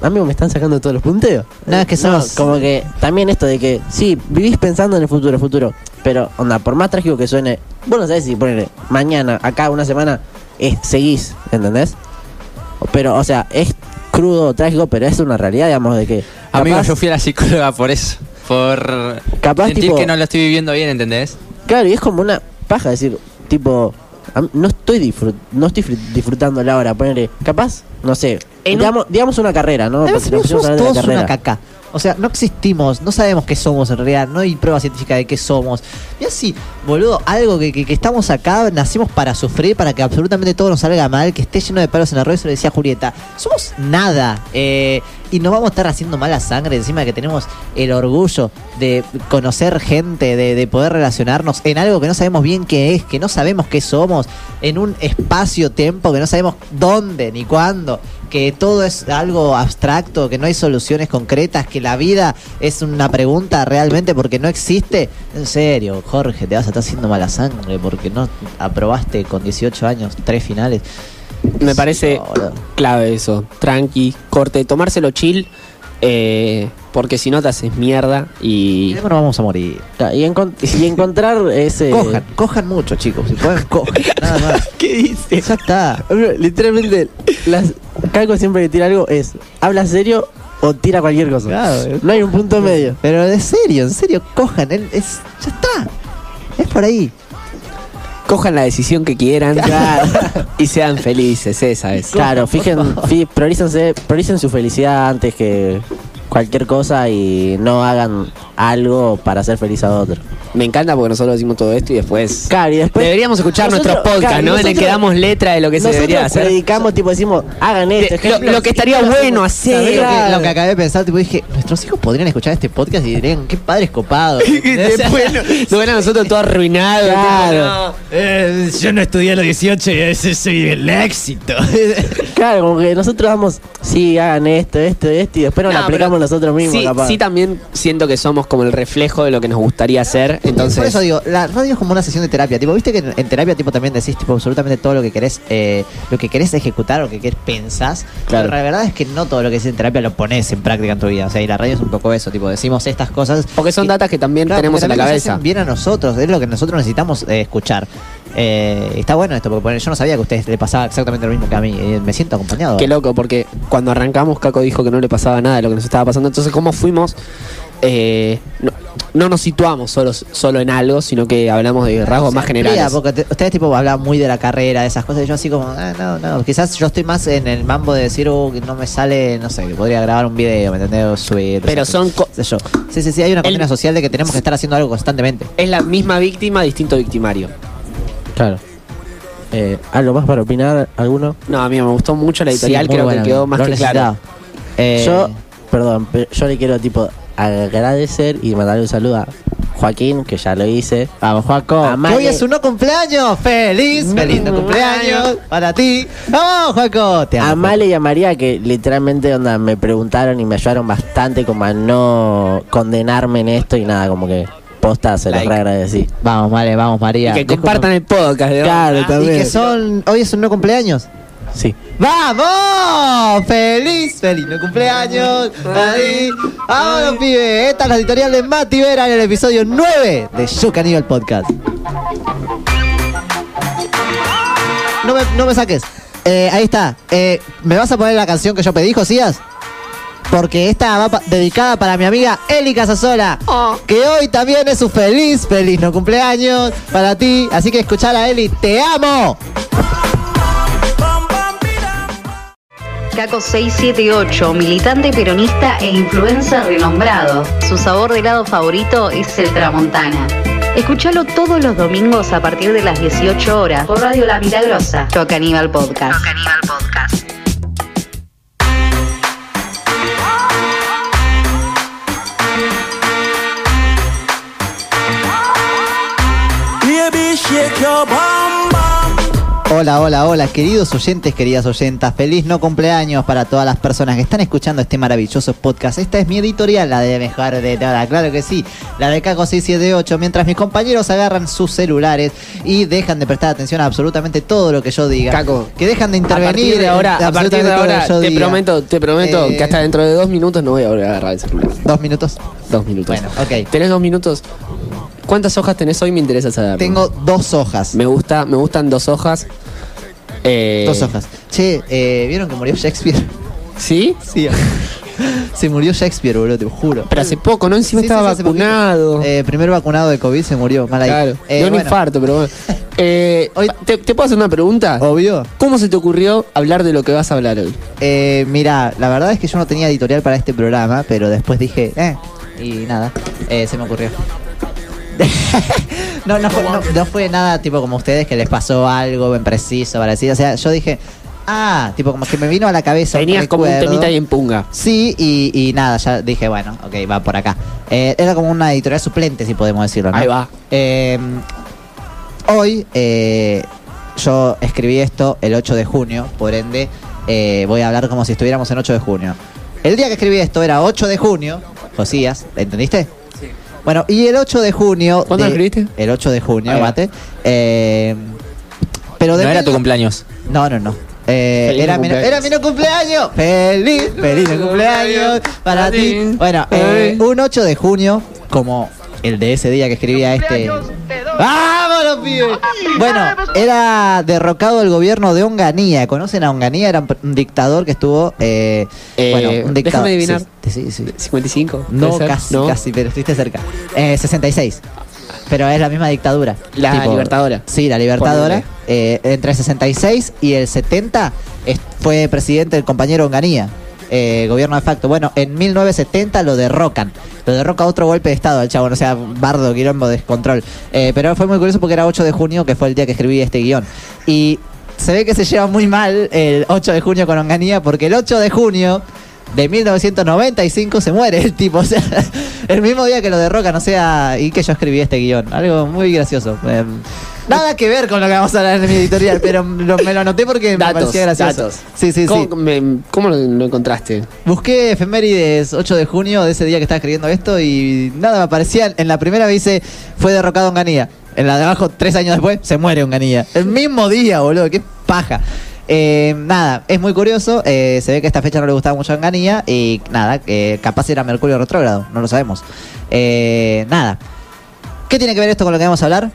S6: Amigo, me están sacando todos los punteos.
S7: No, es que somos-
S6: como que también esto de que, sí, vivís pensando en el futuro, futuro. Pero, onda, por más trágico que suene, vos no sabés si poner mañana, acá, una semana, es, seguís, ¿entendés? Pero, o sea, es crudo, trágico, pero es una realidad, digamos, de que.
S8: Amigo,
S6: capaz-
S8: yo fui a la psicóloga por eso. Por
S6: Capaz,
S8: sentir
S6: tipo-
S8: que no lo estoy viviendo bien, ¿entendés?
S6: Claro, y es como una paja decir, tipo, am- no estoy disfrut- no estoy fri- disfrutando la hora, ponerle, capaz, no sé,
S5: En un-
S6: digamos, digamos una carrera, ¿no?
S7: Además,
S6: Porque nos
S7: amigos,
S6: pusimos a
S7: somos
S6: hablar de
S7: todos
S6: la
S7: una
S6: carrera.
S7: caca. O sea, no existimos, no sabemos qué somos en realidad, no hay prueba científica de qué somos. Y así, boludo, algo que, que- que estamos acá, nacimos para sufrir, para que absolutamente todo nos salga mal, que esté lleno de palos en la rueda, eso le decía Julieta. Somos nada. eh, y nos vamos a estar haciendo mala sangre encima que tenemos el orgullo de conocer gente, de, de poder relacionarnos en algo que no sabemos bien qué es, que no sabemos qué somos, en un espacio-tiempo que no sabemos dónde ni cuándo que todo es algo abstracto, que no hay soluciones concretas, que la vida es una pregunta realmente porque no existe. En serio, Jorge, te vas a estar haciendo mala sangre porque no aprobaste con 18 años tres finales.
S5: Me parece
S7: No, boludo.
S5: clave eso. Tranqui, corte, tomárselo chill. eh, porque si no te haces mierda
S7: Y
S5: y.
S7: luego nos vamos a morir.
S6: Claro, Y, encon- y encontrar ese.
S7: Cojan, cojan mucho, chicos. Si pueden, cojan. Nada más.
S6: ¿Qué dice?
S7: Ya está.
S6: Literalmente, las, Caco siempre que tira algo es, habla serio o tira cualquier cosa.
S7: Claro.
S6: No hay un punto medio.
S7: Pero en serio, en serio, cojan. él Es, ya está. Es por ahí.
S5: Cojan la decisión que quieran y sean felices, esa es.
S6: Claro, fijen, fi- priorícense, prioricen su felicidad antes que cualquier cosa y no hagan algo para hacer feliz a otro.
S5: Me encanta porque nosotros decimos todo esto y después.
S6: Claro, y después
S5: Deberíamos escuchar
S6: nosotros-
S5: nuestros podcasts,
S6: claro,
S5: ¿no? En el que
S6: nosotros-
S5: damos letra de lo que se
S6: nosotros
S5: debería hacer.
S6: predicamos, tipo decimos, hagan esto.
S5: De- lo-
S6: ejemplos,
S5: lo que estaría
S6: y no
S5: bueno hacer.
S6: hacemos.
S7: ¿Sabés lo que-
S6: Claro.
S7: lo que acabé de pensar, tipo dije, nuestros hijos podrían escuchar este podcast y dirían, qué padres copados.
S5: Después no- lo ven a nosotros todo arruinado.
S6: Claro.
S7: Eh, yo no estudié a los 18 y ese soy el éxito.
S6: Claro, como que nosotros damos, sí, hagan esto, esto, esto, y después nos
S5: No,
S6: lo aplicamos
S5: pero
S6: nosotros mismos,
S5: sí,
S6: capaz.
S5: sí, también siento que somos como el reflejo de lo que nos gustaría hacer. Entonces,
S7: Por eso digo, la radio es como una sesión de terapia. Tipo, viste que en, en terapia tipo también decís tipo absolutamente todo lo que querés, eh, lo que querés ejecutar, lo que querés pensás.
S5: Claro.
S7: Pero la verdad es que no todo lo que decís en terapia lo pones en práctica en tu vida. O sea, y la radio es un poco eso, tipo, decimos estas cosas.
S5: porque son
S7: y-
S5: datas que también
S7: Claro,
S5: tenemos
S7: porque
S5: en la
S7: también nos
S5: cabeza.
S7: hacen bien a nosotros, es lo que nosotros necesitamos eh, escuchar. Eh, está bueno esto, porque por ejemplo, yo no sabía que a ustedes les pasaba exactamente lo mismo que a mí. eh, me siento acompañado.
S5: Qué loco, porque cuando arrancamos, Caco dijo que no le pasaba nada de lo que nos estaba pasando. Entonces, ¿cómo fuimos? Eh, no, no nos situamos solos, solo en algo, sino que hablamos de rasgos más
S7: Mira,
S5: generales.
S7: porque te- ustedes tipo hablaban muy de la carrera, de esas cosas, y yo así como, ah, no, no, quizás yo estoy más en el mambo de decir, oh, que no me sale, no sé, que podría grabar un video, ¿me entendés? O subir.
S5: Pero
S7: o sea,
S5: son co-
S7: qué sé yo. Sí, sí, sí, hay una condena social de que tenemos que estar haciendo algo constantemente.
S5: Es la misma víctima, distinto victimario.
S6: Claro. Eh, ¿Algo más para opinar? ¿Alguno?
S5: No, a mí me gustó mucho la editorial,
S7: Sí, muy
S5: creo
S7: bueno,
S5: que quedó
S7: amigo.
S5: más
S7: Lo
S5: que claro.
S7: necesitaba. Eh,
S6: Yo, perdón, pero yo le quiero tipo agradecer y mandarle un saludo a Joaquín, que ya lo hice. Vamos, Joaco.
S7: que hoy es su no cumpleaños, feliz,
S6: Mm.
S7: feliz no cumpleaños para ti. ¡Vamos, Juaco! Te amo.
S6: A
S7: Juaco.
S6: Male y a María que literalmente onda, me preguntaron y me ayudaron bastante como a no condenarme en esto y nada, como que posta se los
S7: Like.
S6: reagradecí.
S7: Vamos, Male, vamos, María.
S5: Y que
S7: Disculpa.
S5: compartan el Ah, podcast, de
S6: Claro,
S5: verdad.
S7: Y
S6: también.
S7: que son, hoy es un no cumpleaños.
S6: Sí.
S7: ¡Vamos! ¡Feliz, feliz no cumpleaños! ¡Ahí! ¡Vámonos, pibe! Esta es la editorial de Mati Vera en el episodio 9 de Yo Caníbal Podcast. No me, no me saques. Eh, ahí está. Eh, ¿Me vas a poner la canción que yo pedí, Josías? Porque esta va pa- dedicada para mi amiga Eli Casasola, que hoy también es su feliz, feliz no cumpleaños para ti. Así que escuchala, Eli, te amo.
S1: Caco 678, militante peronista e influencer renombrado. Su sabor de helado favorito es el tramontana. Escúchalo todos los domingos a partir de las 18 horas por Radio La Milagrosa. Toca Aníbal Podcast. Podcast.
S9: Baby, shake your bum bum.
S7: Hola, hola, hola, queridos oyentes, queridas oyentas. Feliz no cumpleaños para todas las personas que están escuchando este maravilloso podcast. Esta es mi editorial, la de mejor de nada, claro que sí, la de Caco 678. Mientras mis compañeros agarran sus celulares y dejan de prestar atención a absolutamente todo lo que yo diga.
S5: Caco,
S7: que dejan de
S5: A
S7: intervenir.
S5: partir de ahora,
S7: en
S5: a partir
S7: absolutamente
S5: de
S7: todo lo
S5: ahora,
S7: que yo
S5: te
S7: diga.
S5: prometo, te prometo
S7: Eh,
S5: que hasta dentro de dos minutos no voy a volver a agarrar el celular.
S7: Dos minutos.
S5: Dos minutos.
S7: Bueno, ok.
S5: Tenés dos minutos. ¿Cuántas hojas tenés hoy? Me interesa saber.
S7: Tengo dos hojas.
S5: Me gusta, me gustan dos hojas. Eh,
S7: Dos hojas. Che, eh, ¿vieron que murió Shakespeare?
S5: ¿Sí?
S7: Sí. Se murió Shakespeare, boludo, te lo juro.
S5: Pero hace poco, ¿no? Encima
S7: Sí, sí,
S5: estaba
S7: sí, hace poquito.
S5: vacunado.
S7: Eh, primer vacunado de COVID se murió. Mal ahí.
S5: claro.
S7: Eh,
S5: Dio un
S7: bueno,
S5: infarto, pero bueno. Eh,
S7: Hoy-
S5: ¿te, te puedo hacer una pregunta?
S7: Obvio.
S5: ¿Cómo se te ocurrió hablar de lo que vas a hablar hoy?
S7: Eh, mira, la verdad es que yo no tenía editorial para este programa, pero después dije, eh, y nada, eh, se me ocurrió. no, no fue, no- no fue nada tipo como ustedes que les pasó algo en preciso, para decir. O sea, yo dije, ah, tipo como que me vino a la cabeza. un
S5: Venías como un
S7: recuerdo.
S5: temita y en punga.
S7: Sí, y, y nada, ya dije, bueno, ok, va por acá. Eh, era como una editorial suplente, si podemos decirlo, ¿no?
S5: Ahí va.
S7: Eh, hoy eh, yo escribí esto el 8 de junio, por ende eh, voy a hablar como si estuviéramos en 8 de junio. El día que escribí esto era 8 de junio, Josías, ¿entendiste? Sí. Bueno, y el 8 de junio...
S5: ¿Cuándo lo
S7: de-
S5: escribiste?
S7: El 8 de junio,
S5: Ahí va.
S7: mate. Eh, pero de
S8: No era
S7: mil-
S8: tu cumpleaños.
S7: no, no, no. Eh,
S5: Feliz
S7: era, mi,
S5: cumpleaños.
S7: era mi no cumpleaños. Feliz, feliz no cumpleaños para ti. Bueno, eh, un 8 de junio, como el de ese día que escribía este. ¡Vámonos, pibes! Bueno, era derrocado el gobierno de Onganía. ¿Conocen a Onganía? Era un pr- un dictador que estuvo. eh,
S5: Eh,
S7: bueno, un dictador.
S5: déjame adivinar.
S7: Sí, sí, sí.
S5: ¿55?
S7: No,
S5: puede ser,
S7: casi,
S5: ¿no?
S7: casi, pero estuviste cerca. Eh, 66. Pero es la misma dictadura.
S5: La Libertadora.
S7: Sí, la Libertadora.
S5: Ponele.
S7: Eh, entre el 66 y el 70 es- fue presidente el compañero Onganía. eh, gobierno de facto. Bueno, en 1970 lo derrocan. Lo derroca otro golpe de Estado, el chabón. O sea, bardo, quilombo, descontrol. Eh, pero fue muy curioso porque era 8 de junio, que fue el día que escribí este guión. Y se ve que se lleva muy mal el 8 de junio con Onganía porque el 8 de junio de 1995 se muere el tipo, o sea, el mismo día que lo derrocan, o sea, y que yo escribí este guión, algo muy gracioso. Eh, nada que ver con lo que vamos a hablar en mi editorial, pero lo- me lo anoté porque me
S5: Datos,
S7: parecía gracioso.
S5: datos.
S7: Sí, sí, sí.
S5: ¿Cómo, me- cómo lo, lo encontraste?
S7: Busqué efemérides 8 de junio de ese día que estaba escribiendo esto y nada, me aparecía, en la primera me dice, fue derrocado Onganía. En la de abajo, tres años después, se muere Onganía. El mismo día, boludo, qué paja. Eh, nada, es muy curioso, eh, se ve que a esta fecha no le gustaba mucho a Onganía y nada, que capaz era Mercurio retrógrado, no lo sabemos. Eh, nada, ¿Qué tiene que ver esto con lo que vamos a hablar?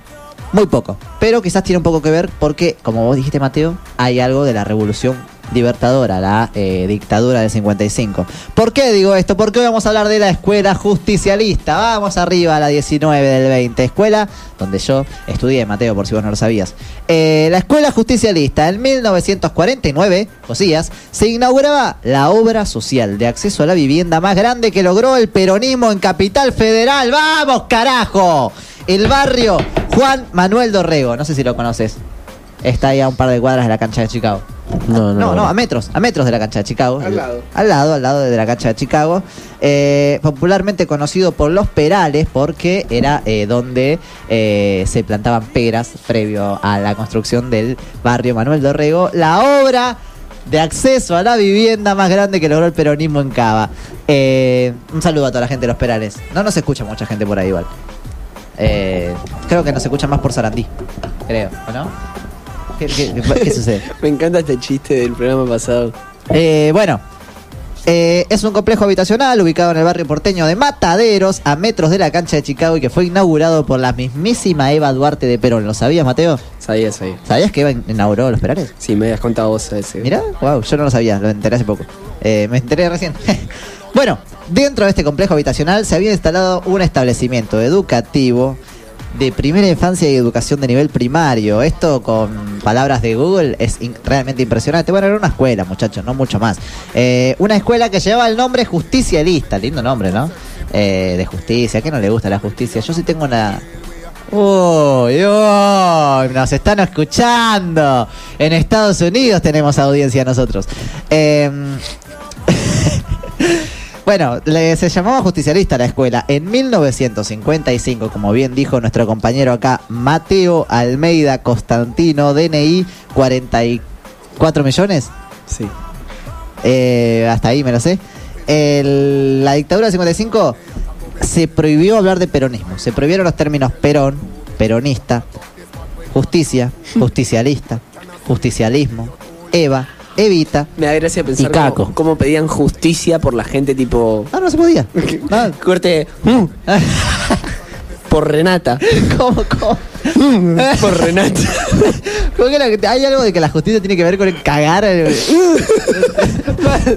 S7: Muy poco, pero quizás tiene un poco que ver porque, como vos dijiste Mateo, hay algo de la revolución libertadora, la eh, dictadura del 55. ¿Por qué digo esto? Porque hoy vamos a hablar de la escuela justicialista. Vamos arriba a la 19 del 20, escuela donde yo estudié, Mateo, por si vos no lo sabías. Eh, la escuela justicialista, en 1949, Josías, se inauguraba la obra social de acceso a la vivienda más grande que logró el peronismo en Capital Federal. ¡Vamos, carajo! El barrio Juan Manuel Dorrego, no sé si lo conoces. Está ahí a un par de cuadras de la cancha de Chicago.
S5: No, no,
S7: No,
S5: no.
S7: no, a metros, a metros de la cancha de Chicago.
S5: Al lado.
S7: Al lado, al lado de la cancha de Chicago. Eh, popularmente conocido por los perales porque era eh, donde eh, se plantaban peras previo a la construcción del barrio Manuel Dorrego. La obra de acceso a la vivienda más grande que logró el peronismo en Cava. Eh, un saludo a toda la gente de los perales. No nos escucha mucha gente por ahí igual. Eh, creo que nos escucha más por Sarandí. Creo, ¿o no? ¿Qué- qué- qué sucede?
S5: Me encanta este chiste del programa pasado.
S7: Eh, bueno, eh, es un complejo habitacional ubicado en el barrio porteño de Mataderos, a metros de la cancha de Chicago y que fue inaugurado por la mismísima Eva Duarte de Perón. ¿Lo sabías, Mateo?
S5: Sabía, sabía.
S7: ¿Sabías que Eva in- inauguró los perales?
S5: Sí, me habías contado vos ese.
S7: Mirá, wow, yo no lo sabía, lo enteré hace poco. Eh, me enteré recién. bueno, dentro de este complejo habitacional se había instalado un establecimiento educativo de primera infancia y educación de nivel primario. Esto con palabras de Google es in- realmente impresionante. Bueno, era una escuela, muchachos, no mucho más. Eh, una escuela que llevaba el nombre Justicialista, lindo nombre, ¿no? Eh, de justicia, que no le gusta la justicia. Yo sí tengo una Uy, uy, nos están escuchando. En Estados Unidos tenemos audiencia nosotros. Em, bueno, le- se llamaba justicialista la escuela. En 1955, como bien dijo nuestro compañero acá, Mateo Almeida Constantino, DNI 44 millones.
S5: Sí.
S7: Eh, hasta ahí me lo sé. El- la dictadura del 55 se prohibió hablar de peronismo. Se prohibieron los términos perón, peronista, justicia, justicialista, justicialismo, Eva, Evita.
S5: Me da gracia pensar
S6: Y Caco.
S5: Cómo, cómo pedían justicia por la gente tipo.
S7: Ah, No, no se podía. No.
S5: Corte. mm, por Renata.
S7: ¿Cómo, cómo?
S5: Mm, por Renata.
S7: ¿Cómo que la- hay algo de que la justicia tiene que ver con el cagar? el-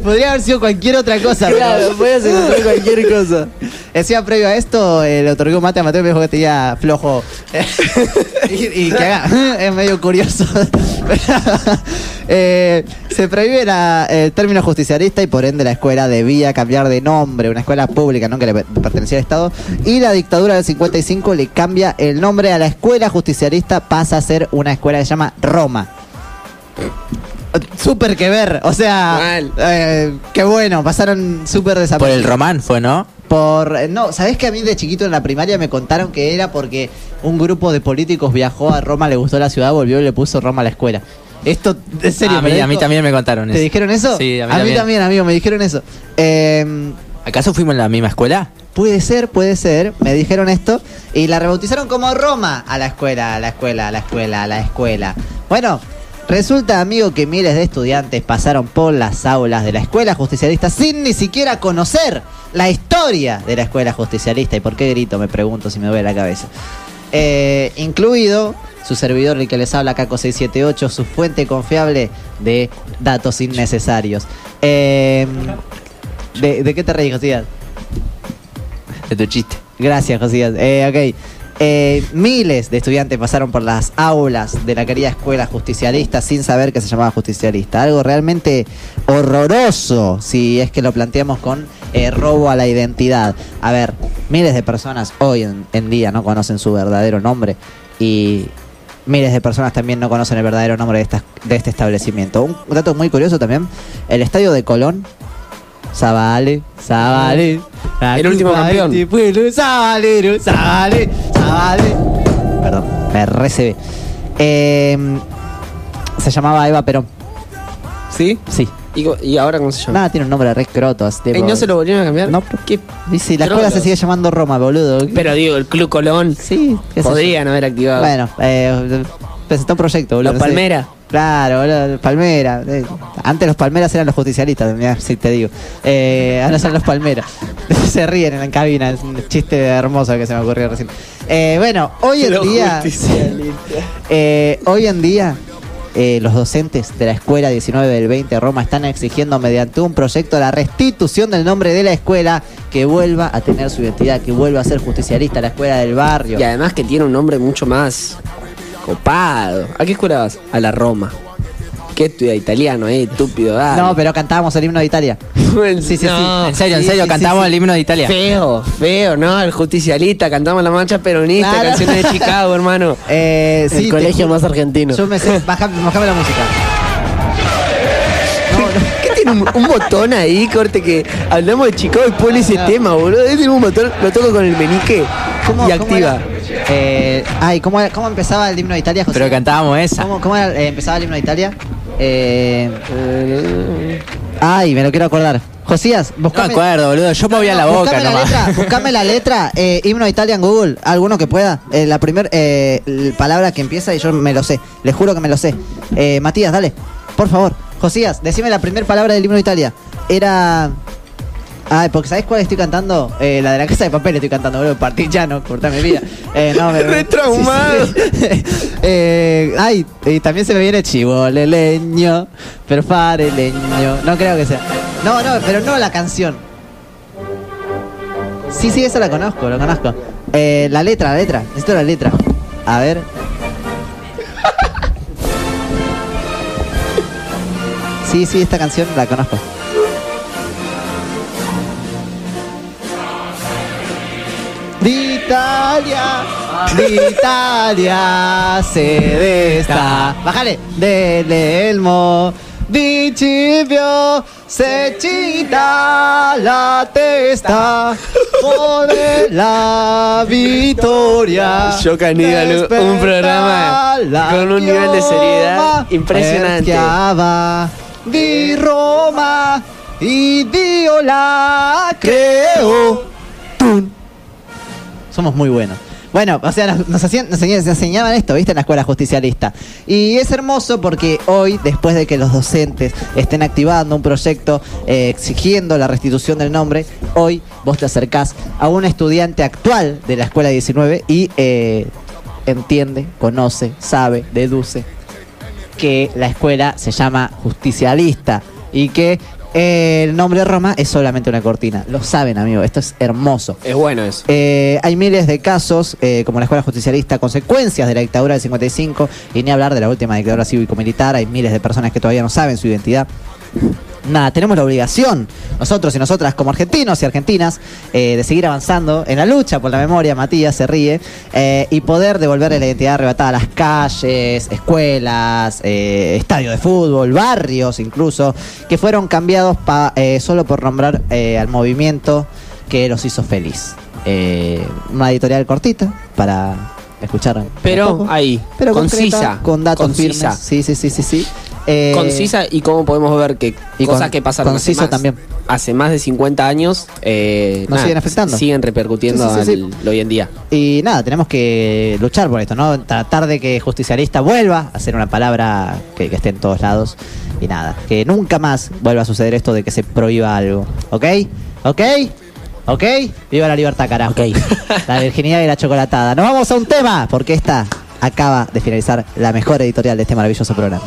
S7: Podría haber sido cualquier otra cosa. pero-
S5: Claro, podías encontrar cualquier cosa.
S7: Decía previo a esto, eh, le otorgó mate a Mateo y me dijo que tenía flojo. y, y que haga, es medio curioso. Eh, se prohíbe la- el término justicialista y por ende la escuela debía cambiar de nombre, una escuela pública, ¿no? Que le per- pertenecía al Estado. Y la dictadura del 55 le cambia el nombre a la escuela justicialista, pasa a ser una escuela que se llama Roma. Súper que ver, o sea,
S5: Mal.
S7: eh, qué bueno, pasaron súper
S8: Por
S7: desapercibidos.
S8: el román fue, ¿no?
S7: Por. eh, No, ¿sabés que a mí de chiquito en la primaria me contaron que era porque un grupo de políticos viajó a Roma, le gustó la ciudad, volvió y le puso Roma a la escuela? Esto, en serio.
S8: Ah, a, mí,
S7: me
S8: a mí
S7: dijo-
S8: también me contaron
S7: ¿Te
S8: eso.
S7: dijeron eso?
S8: Sí, a mí,
S7: también.
S8: también.
S7: amigo, me dijeron eso. Eh,
S8: ¿Acaso fuimos en la misma escuela?
S7: puede ser, puede ser, me dijeron esto. Y la rebautizaron como Roma a la escuela, a la escuela, a la escuela, a la escuela. Bueno. Resulta, amigo, que miles de estudiantes pasaron por las aulas de la escuela justicialista sin ni siquiera conocer la historia de la escuela justicialista. ¿Y por qué grito? Me pregunto si me duele la cabeza. Eh, incluido su servidor, el que les habla, Caco678, su fuente confiable de datos innecesarios. Eh, ¿de, de qué te reís, Josías?
S8: De tu chiste.
S7: Gracias, Josías. Eh, ok. Eh, miles de estudiantes pasaron por las aulas de la querida escuela justicialista sin saber que se llamaba justicialista. Algo realmente horroroso si es que lo planteamos con eh, robo a la identidad. A ver, miles de personas hoy en, en día no conocen su verdadero nombre y miles de personas también no conocen el verdadero nombre de, esta- de este establecimiento. Un dato muy curioso también, el estadio de Colón, Zavale, Zavale,
S8: Ah,
S7: la
S5: El último
S7: Copa
S5: campeón.
S7: del pueblo, Zabalero, Zabale, Zabale. Perdón, me recebé. Eh, se llamaba Eva Perón.
S5: ¿Sí?
S7: Sí.
S5: ¿Y, co- y ahora cómo se llama?
S7: Nada, tiene un nombre de re croto. así,
S5: ¿Y
S7: tipo-
S5: no se lo volvieron a cambiar?
S7: No.
S5: ¿Qué?
S7: Y sí, la escuela se
S5: Drogas.
S7: sigue llamando Roma, boludo.
S5: Pero digo, el Club Colón.
S7: sí, qué sé yo.
S5: Podrían haber activado.
S7: Bueno, eh, presentó un proyecto, boludo.
S5: Los
S7: no sé.
S5: Palmera.
S7: Claro, boludo, Palmera. eh. Antes los Palmeras eran los justicialistas, mirá, si te digo. Eh, ahora son los Palmeras. Se ríen en la cabina, es un chiste hermoso que se me ocurrió recién. Eh, bueno, hoy en
S5: Los
S7: día.
S5: justicialistas.
S7: Eh, hoy en día, eh, los docentes de la escuela 19 del 20 de Roma están exigiendo mediante un proyecto la restitución del nombre de la escuela que vuelva a tener su identidad, que vuelva a ser justicialista la escuela del barrio.
S5: Y además que tiene un nombre mucho más copado. ¿A qué escuela vas? A la Roma. ¿Qué estudia italiano, eh? Estúpido, dale.
S7: No, pero cantábamos el himno de Italia.
S5: pero...
S7: sí, sí, sí.
S8: En serio, en serio, cantamos el himno de Italia.
S5: Feo, feo, ¿no? El justicialista, cantamos la marcha peronista,
S7: Claro.
S5: canciones de Chicago, hermano.
S7: Eh,
S6: El
S7: sí, te
S6: colegio
S7: ju-
S6: más argentino.
S7: Yo me sé, bajame, bajame la música.
S5: ¿Qué tiene un, un botón ahí, corte, que hablamos de Chicago y pone ese tema, boludo? Él tiene un botón, lo toco con el menique
S7: ¿Cómo-
S5: y
S7: cómo
S5: activa.
S7: era? Eh, ay, ¿cómo, era- ¿cómo empezaba el himno de Italia, José?
S8: Pero cantábamos esa.
S7: ¿Cómo, cómo era, eh, empezaba el himno de Italia? Eh, ay, me lo quiero acordar. Josías,
S8: No me
S7: buscame,
S8: acuerdo, boludo. Yo movía la boca
S7: buscame
S8: nomás.
S7: letra, buscame la letra, eh, himno de Italia en Google, alguno que pueda. Eh, la primera palabra que empieza y yo me lo sé, les juro que me lo sé. Eh, Matías, dale, por favor. Josías, decime la primera palabra del himno de Italia. Era... Ay, Ah, porque ¿sabés cuál estoy cantando? Eh, la de la casa de papel estoy cantando, boludo. Partillano, cortá mi vida. Eh, no, me.
S5: Re traumado.
S7: Sí, sí. Eh, ay, y también se me viene chivoleleño, leño. No creo que sea. No, no, pero no la canción. Sí, sí, esa la conozco, la conozco. Eh, la letra, la letra. Necesito la letra. A ver. Sí, sí, esta canción la conozco. De Italia, de Italia se desta. Bájale. Dell'elmo, Vicipio, se chita la testa por la victoria.
S5: Yo, Caníbal, un- un programa
S7: Despertar la
S5: con un nivel de seriedad
S7: Roma,
S5: impresionante.
S7: Perchiava, Di Roma y Dio la creo. Tun. Somos muy buenos. Bueno, o sea, nos, nos hacían, nos enseñaban, nos enseñaban esto, ¿viste? En la escuela justicialista. Y es hermoso porque hoy, después de que los docentes estén activando un proyecto eh, exigiendo la restitución del nombre, hoy vos te acercás a un estudiante actual de la escuela 19 y eh, entiende, conoce, sabe, deduce que la escuela se llama Justicialista y que eh, el nombre Roma es solamente una cortina. Lo saben, amigo, esto es hermoso.
S5: Es bueno eso.
S7: Eh, hay miles de casos, eh, como la escuela justicialista, consecuencias de la dictadura del 55, y ni hablar de la última dictadura cívico-militar, hay miles de personas que todavía no saben su identidad. Nada, tenemos la obligación, nosotros y nosotras como argentinos y argentinas, eh, de seguir avanzando en la lucha por la memoria, Matías se ríe, eh, y poder devolverle la identidad arrebatada a las calles, escuelas, eh, estadios de fútbol, barrios incluso, que fueron cambiados pa- eh, solo por nombrar eh, al movimiento que los hizo feliz. Eh, una editorial cortita para escuchar. un
S5: Pero
S7: poco.
S5: ahí,
S7: Pero
S5: concisa.
S7: concreta, con datos
S5: concisa.
S7: firmes. Sí, sí, sí, sí, sí. Eh,
S5: concisa y cómo podemos ver que
S7: y
S5: cosas
S7: con-
S5: que pasaron hace
S7: conciso
S5: más,
S7: también.
S5: hace más de 50 años eh,
S7: Nos siguen afectando.
S5: siguen repercutiendo
S7: Sí, sí, sí,
S5: al- hoy en día.
S7: Y nada, tenemos que luchar por esto, ¿no? Tratar de que justicialista vuelva a ser una palabra que, que esté en todos lados. Y nada, que nunca más vuelva a suceder esto de que se prohíba algo. ¿Ok? ¿Ok? ¿Ok? Viva la libertad, carajo. La virginidad y la chocolatada. Nos vamos a un tema, porque esta acaba de finalizar la mejor editorial de este maravilloso programa.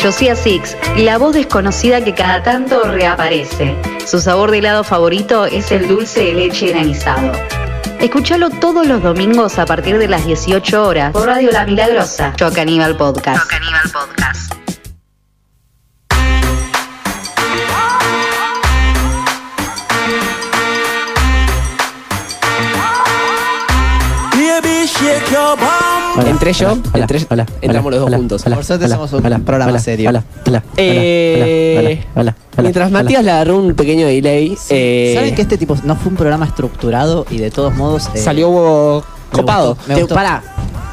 S1: Josia Six, la voz desconocida que cada tanto reaparece. Su sabor de helado favorito es el dulce de leche granizado. Escúchalo todos los domingos a partir de las 18 horas por Radio La Milagrosa. Yo Caníbal Podcast. Podcast.
S9: Baby, shake your bum.
S7: Hola,
S5: entré yo,
S7: hola, hola,
S5: entré-
S7: hola,
S5: entramos
S7: hola,
S5: los dos
S7: hola,
S5: juntos.
S7: hola,
S5: Por
S7: suerte
S5: hola,
S7: somos un
S5: hola,
S7: programa
S5: hola,
S7: serio.
S5: hola, hola,
S7: Eh,
S5: hola, hola, hola, Mientras
S7: hola.
S5: Matías le agarró un pequeño delay, eh,
S7: ¿Saben que este tipo no fue un programa estructurado y de todos modos eh,
S5: salió copado.
S7: me
S5: Te-
S7: gustó.
S5: pará.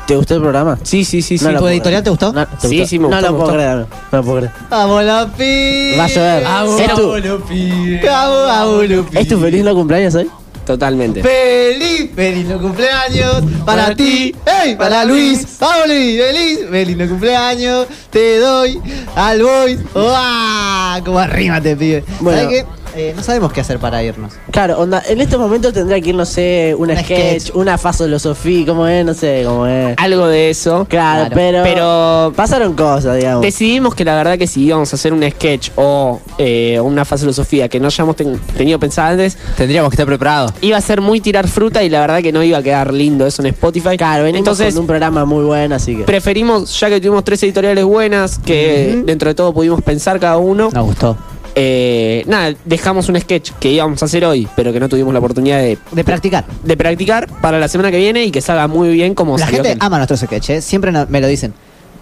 S6: ¿Te gustó el programa?
S5: Sí, sí, sí, sí.
S7: ¿Tu editorial te gustó?
S6: No,
S5: Sí,
S6: ¿te gustó?
S5: sí, me gustó, me
S6: No lo puedo
S5: gustó.
S6: creer, Ah, no lo puedo creer.
S7: ¡Vamos la pi!
S6: Va a llover.
S7: ¡Vamos
S6: Es tu-
S7: la pi! ¡Vamos, vamos la pi!
S6: ¿Es tu feliz no cumpleaños hoy?
S5: Totalmente.
S7: ¡Feliz! ¡Feliz no cumpleaños! ¡Para ti! ¡Ey! ¡Para Luis! ¡Vamos Luis! ¡Feliz! ¡Feliz no cumpleaños! ¡Te doy al boys! ¡Uah! ¡Cómo arriba te pibe!
S6: Bueno.
S7: ¿Sabes qué? Eh, no sabemos qué hacer para irnos.
S6: Claro, onda, en estos momentos tendría que ir, no sé, una
S7: Un
S6: sketch,
S7: sketch.
S6: una filosofía, ¿cómo es? No sé, cómo es.
S5: Algo de eso.
S6: Claro, pero,
S5: Pero
S6: pasaron cosas, digamos.
S5: Decidimos que la verdad que si íbamos a hacer un sketch o eh, una filosofía que no hayamos ten- tenido pensada antes,
S8: Tendríamos que estar preparados.
S5: iba a ser muy tirar fruta y la verdad que no iba a quedar lindo eso en Spotify.
S6: Claro, venimos
S5: Entonces,
S6: con un programa muy bueno, así que
S5: preferimos, ya que tuvimos tres editoriales buenas, que dentro de todo pudimos pensar cada uno,
S7: Nos gustó.
S5: eh, nada, dejamos un sketch que íbamos a hacer hoy, pero que no tuvimos la oportunidad de,
S7: De practicar.
S5: de practicar para la semana que viene y que salga muy bien como
S7: La
S5: salió
S7: gente
S5: que-
S7: ama nuestros sketches, ¿eh? siempre no- me lo dicen.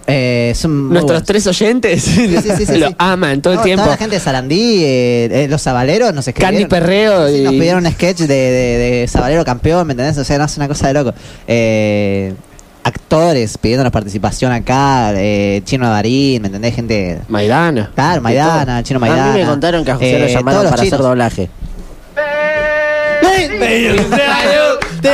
S7: Eh, son muy
S5: Nuestros
S7: buenos.
S5: tres oyentes
S7: sí, sí, sí,
S5: lo
S7: sí.
S5: aman todo el
S7: No,
S5: tiempo.
S7: Toda la gente de Sarandí, eh, eh, los Zabaleros, nos escribieron.
S5: Candy Perreo
S7: Sí,
S5: y-
S7: Nos pidieron un sketch de, de, de Sabalero campeón, ¿me entendés? O sea, no es una cosa de loco. Eh, actores pidiéndonos participación acá, eh, Chino Darín, ¿me entendés? Gente...
S5: Maidana.
S7: Claro, Maidana, Chino Maidana.
S6: a mí me contaron que a José lo
S7: Eh,
S6: llamaron
S7: todos los
S6: para hacer
S7: chinos.
S6: doblaje.
S7: ¡Feliz cumpleaños! ¡Te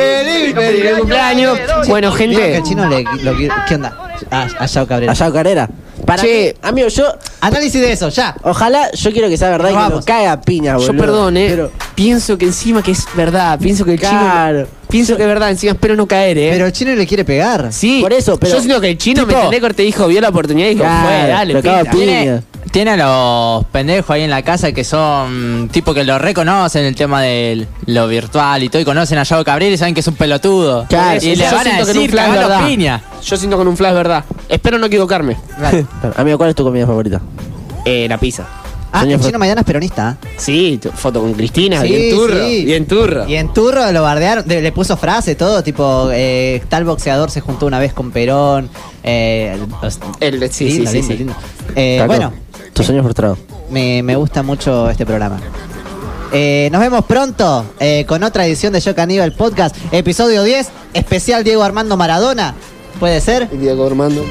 S7: ¡Feliz,
S4: feliz
S5: cumpleaños. Bueno,
S7: Vieron que
S5: gente.
S7: al Chino le, lo que- ¿Qué onda? A, a Yao Cabrera.
S6: Allá Carrera. Para
S5: Che.
S6: mí, amigo, yo
S7: Análisis de eso, ya.
S6: Eh. ojalá yo quiero que sea verdad
S7: Nos
S6: y que lo
S7: vamos.
S6: caga a piña, boludo.
S5: Yo perdón, eh.
S6: Pero
S5: pienso que encima que es verdad, pienso que el
S6: Claro.
S5: chino. Pienso que es verdad, encima espero no caer, eh.
S7: Pero el chino le quiere pegar.
S5: sí,
S6: por eso, pero-
S5: Yo siento que el chino
S6: Tipo-
S5: me entendé corte dijo, vio la oportunidad y dijo,
S6: Claro,
S5: fue, dale,
S6: lo acaba
S5: pita.
S6: pi-
S8: Tiene,
S6: Piña.
S8: tiene a los pendejos ahí en la casa que son tipo que lo reconocen el tema de lo virtual y todo y conocen a Yago Cabrera y saben que es un pelotudo.
S5: Claro,
S8: y le
S5: eh, yo
S8: van a
S5: siento que en un
S8: decir
S5: flash
S8: "Cagalo
S5: verdad".
S8: piña.
S5: Yo siento con un flash verdad. Espero no equivocarme.
S6: Amigo, ¿cuál es tu comida favorita?
S5: Eh, la pizza.
S7: Ah,
S6: Señor
S7: el
S6: Fer-
S7: chino mañana es peronista. ¿eh?
S5: Sí, tu- foto con Cristina,
S7: Sí,
S5: bien turro.
S7: sí.
S5: Bien turro.
S7: Y en Turro lo bardearon, de- le puso frase, todo, tipo, eh, tal boxeador se juntó una vez con Perón. Eh, los-
S5: El- sí, sí,
S7: Lindo,
S5: sí,
S7: lindo,
S5: sí.
S7: lindo. Eh,
S6: Taco,
S7: bueno,
S6: Tu sueño frustrado.
S7: me, me gusta mucho este programa. Eh, nos vemos pronto eh, con otra edición de Yo Caníbal Podcast, episodio 10, especial Diego Armando Maradona. ¿Puede ser?
S5: Diego Armando.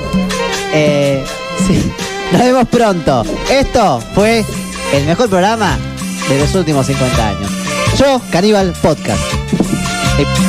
S7: Eh, sí. Nos vemos pronto. Esto fue el mejor programa de los últimos 50 años. Yo, Caníbal Podcast. Eh,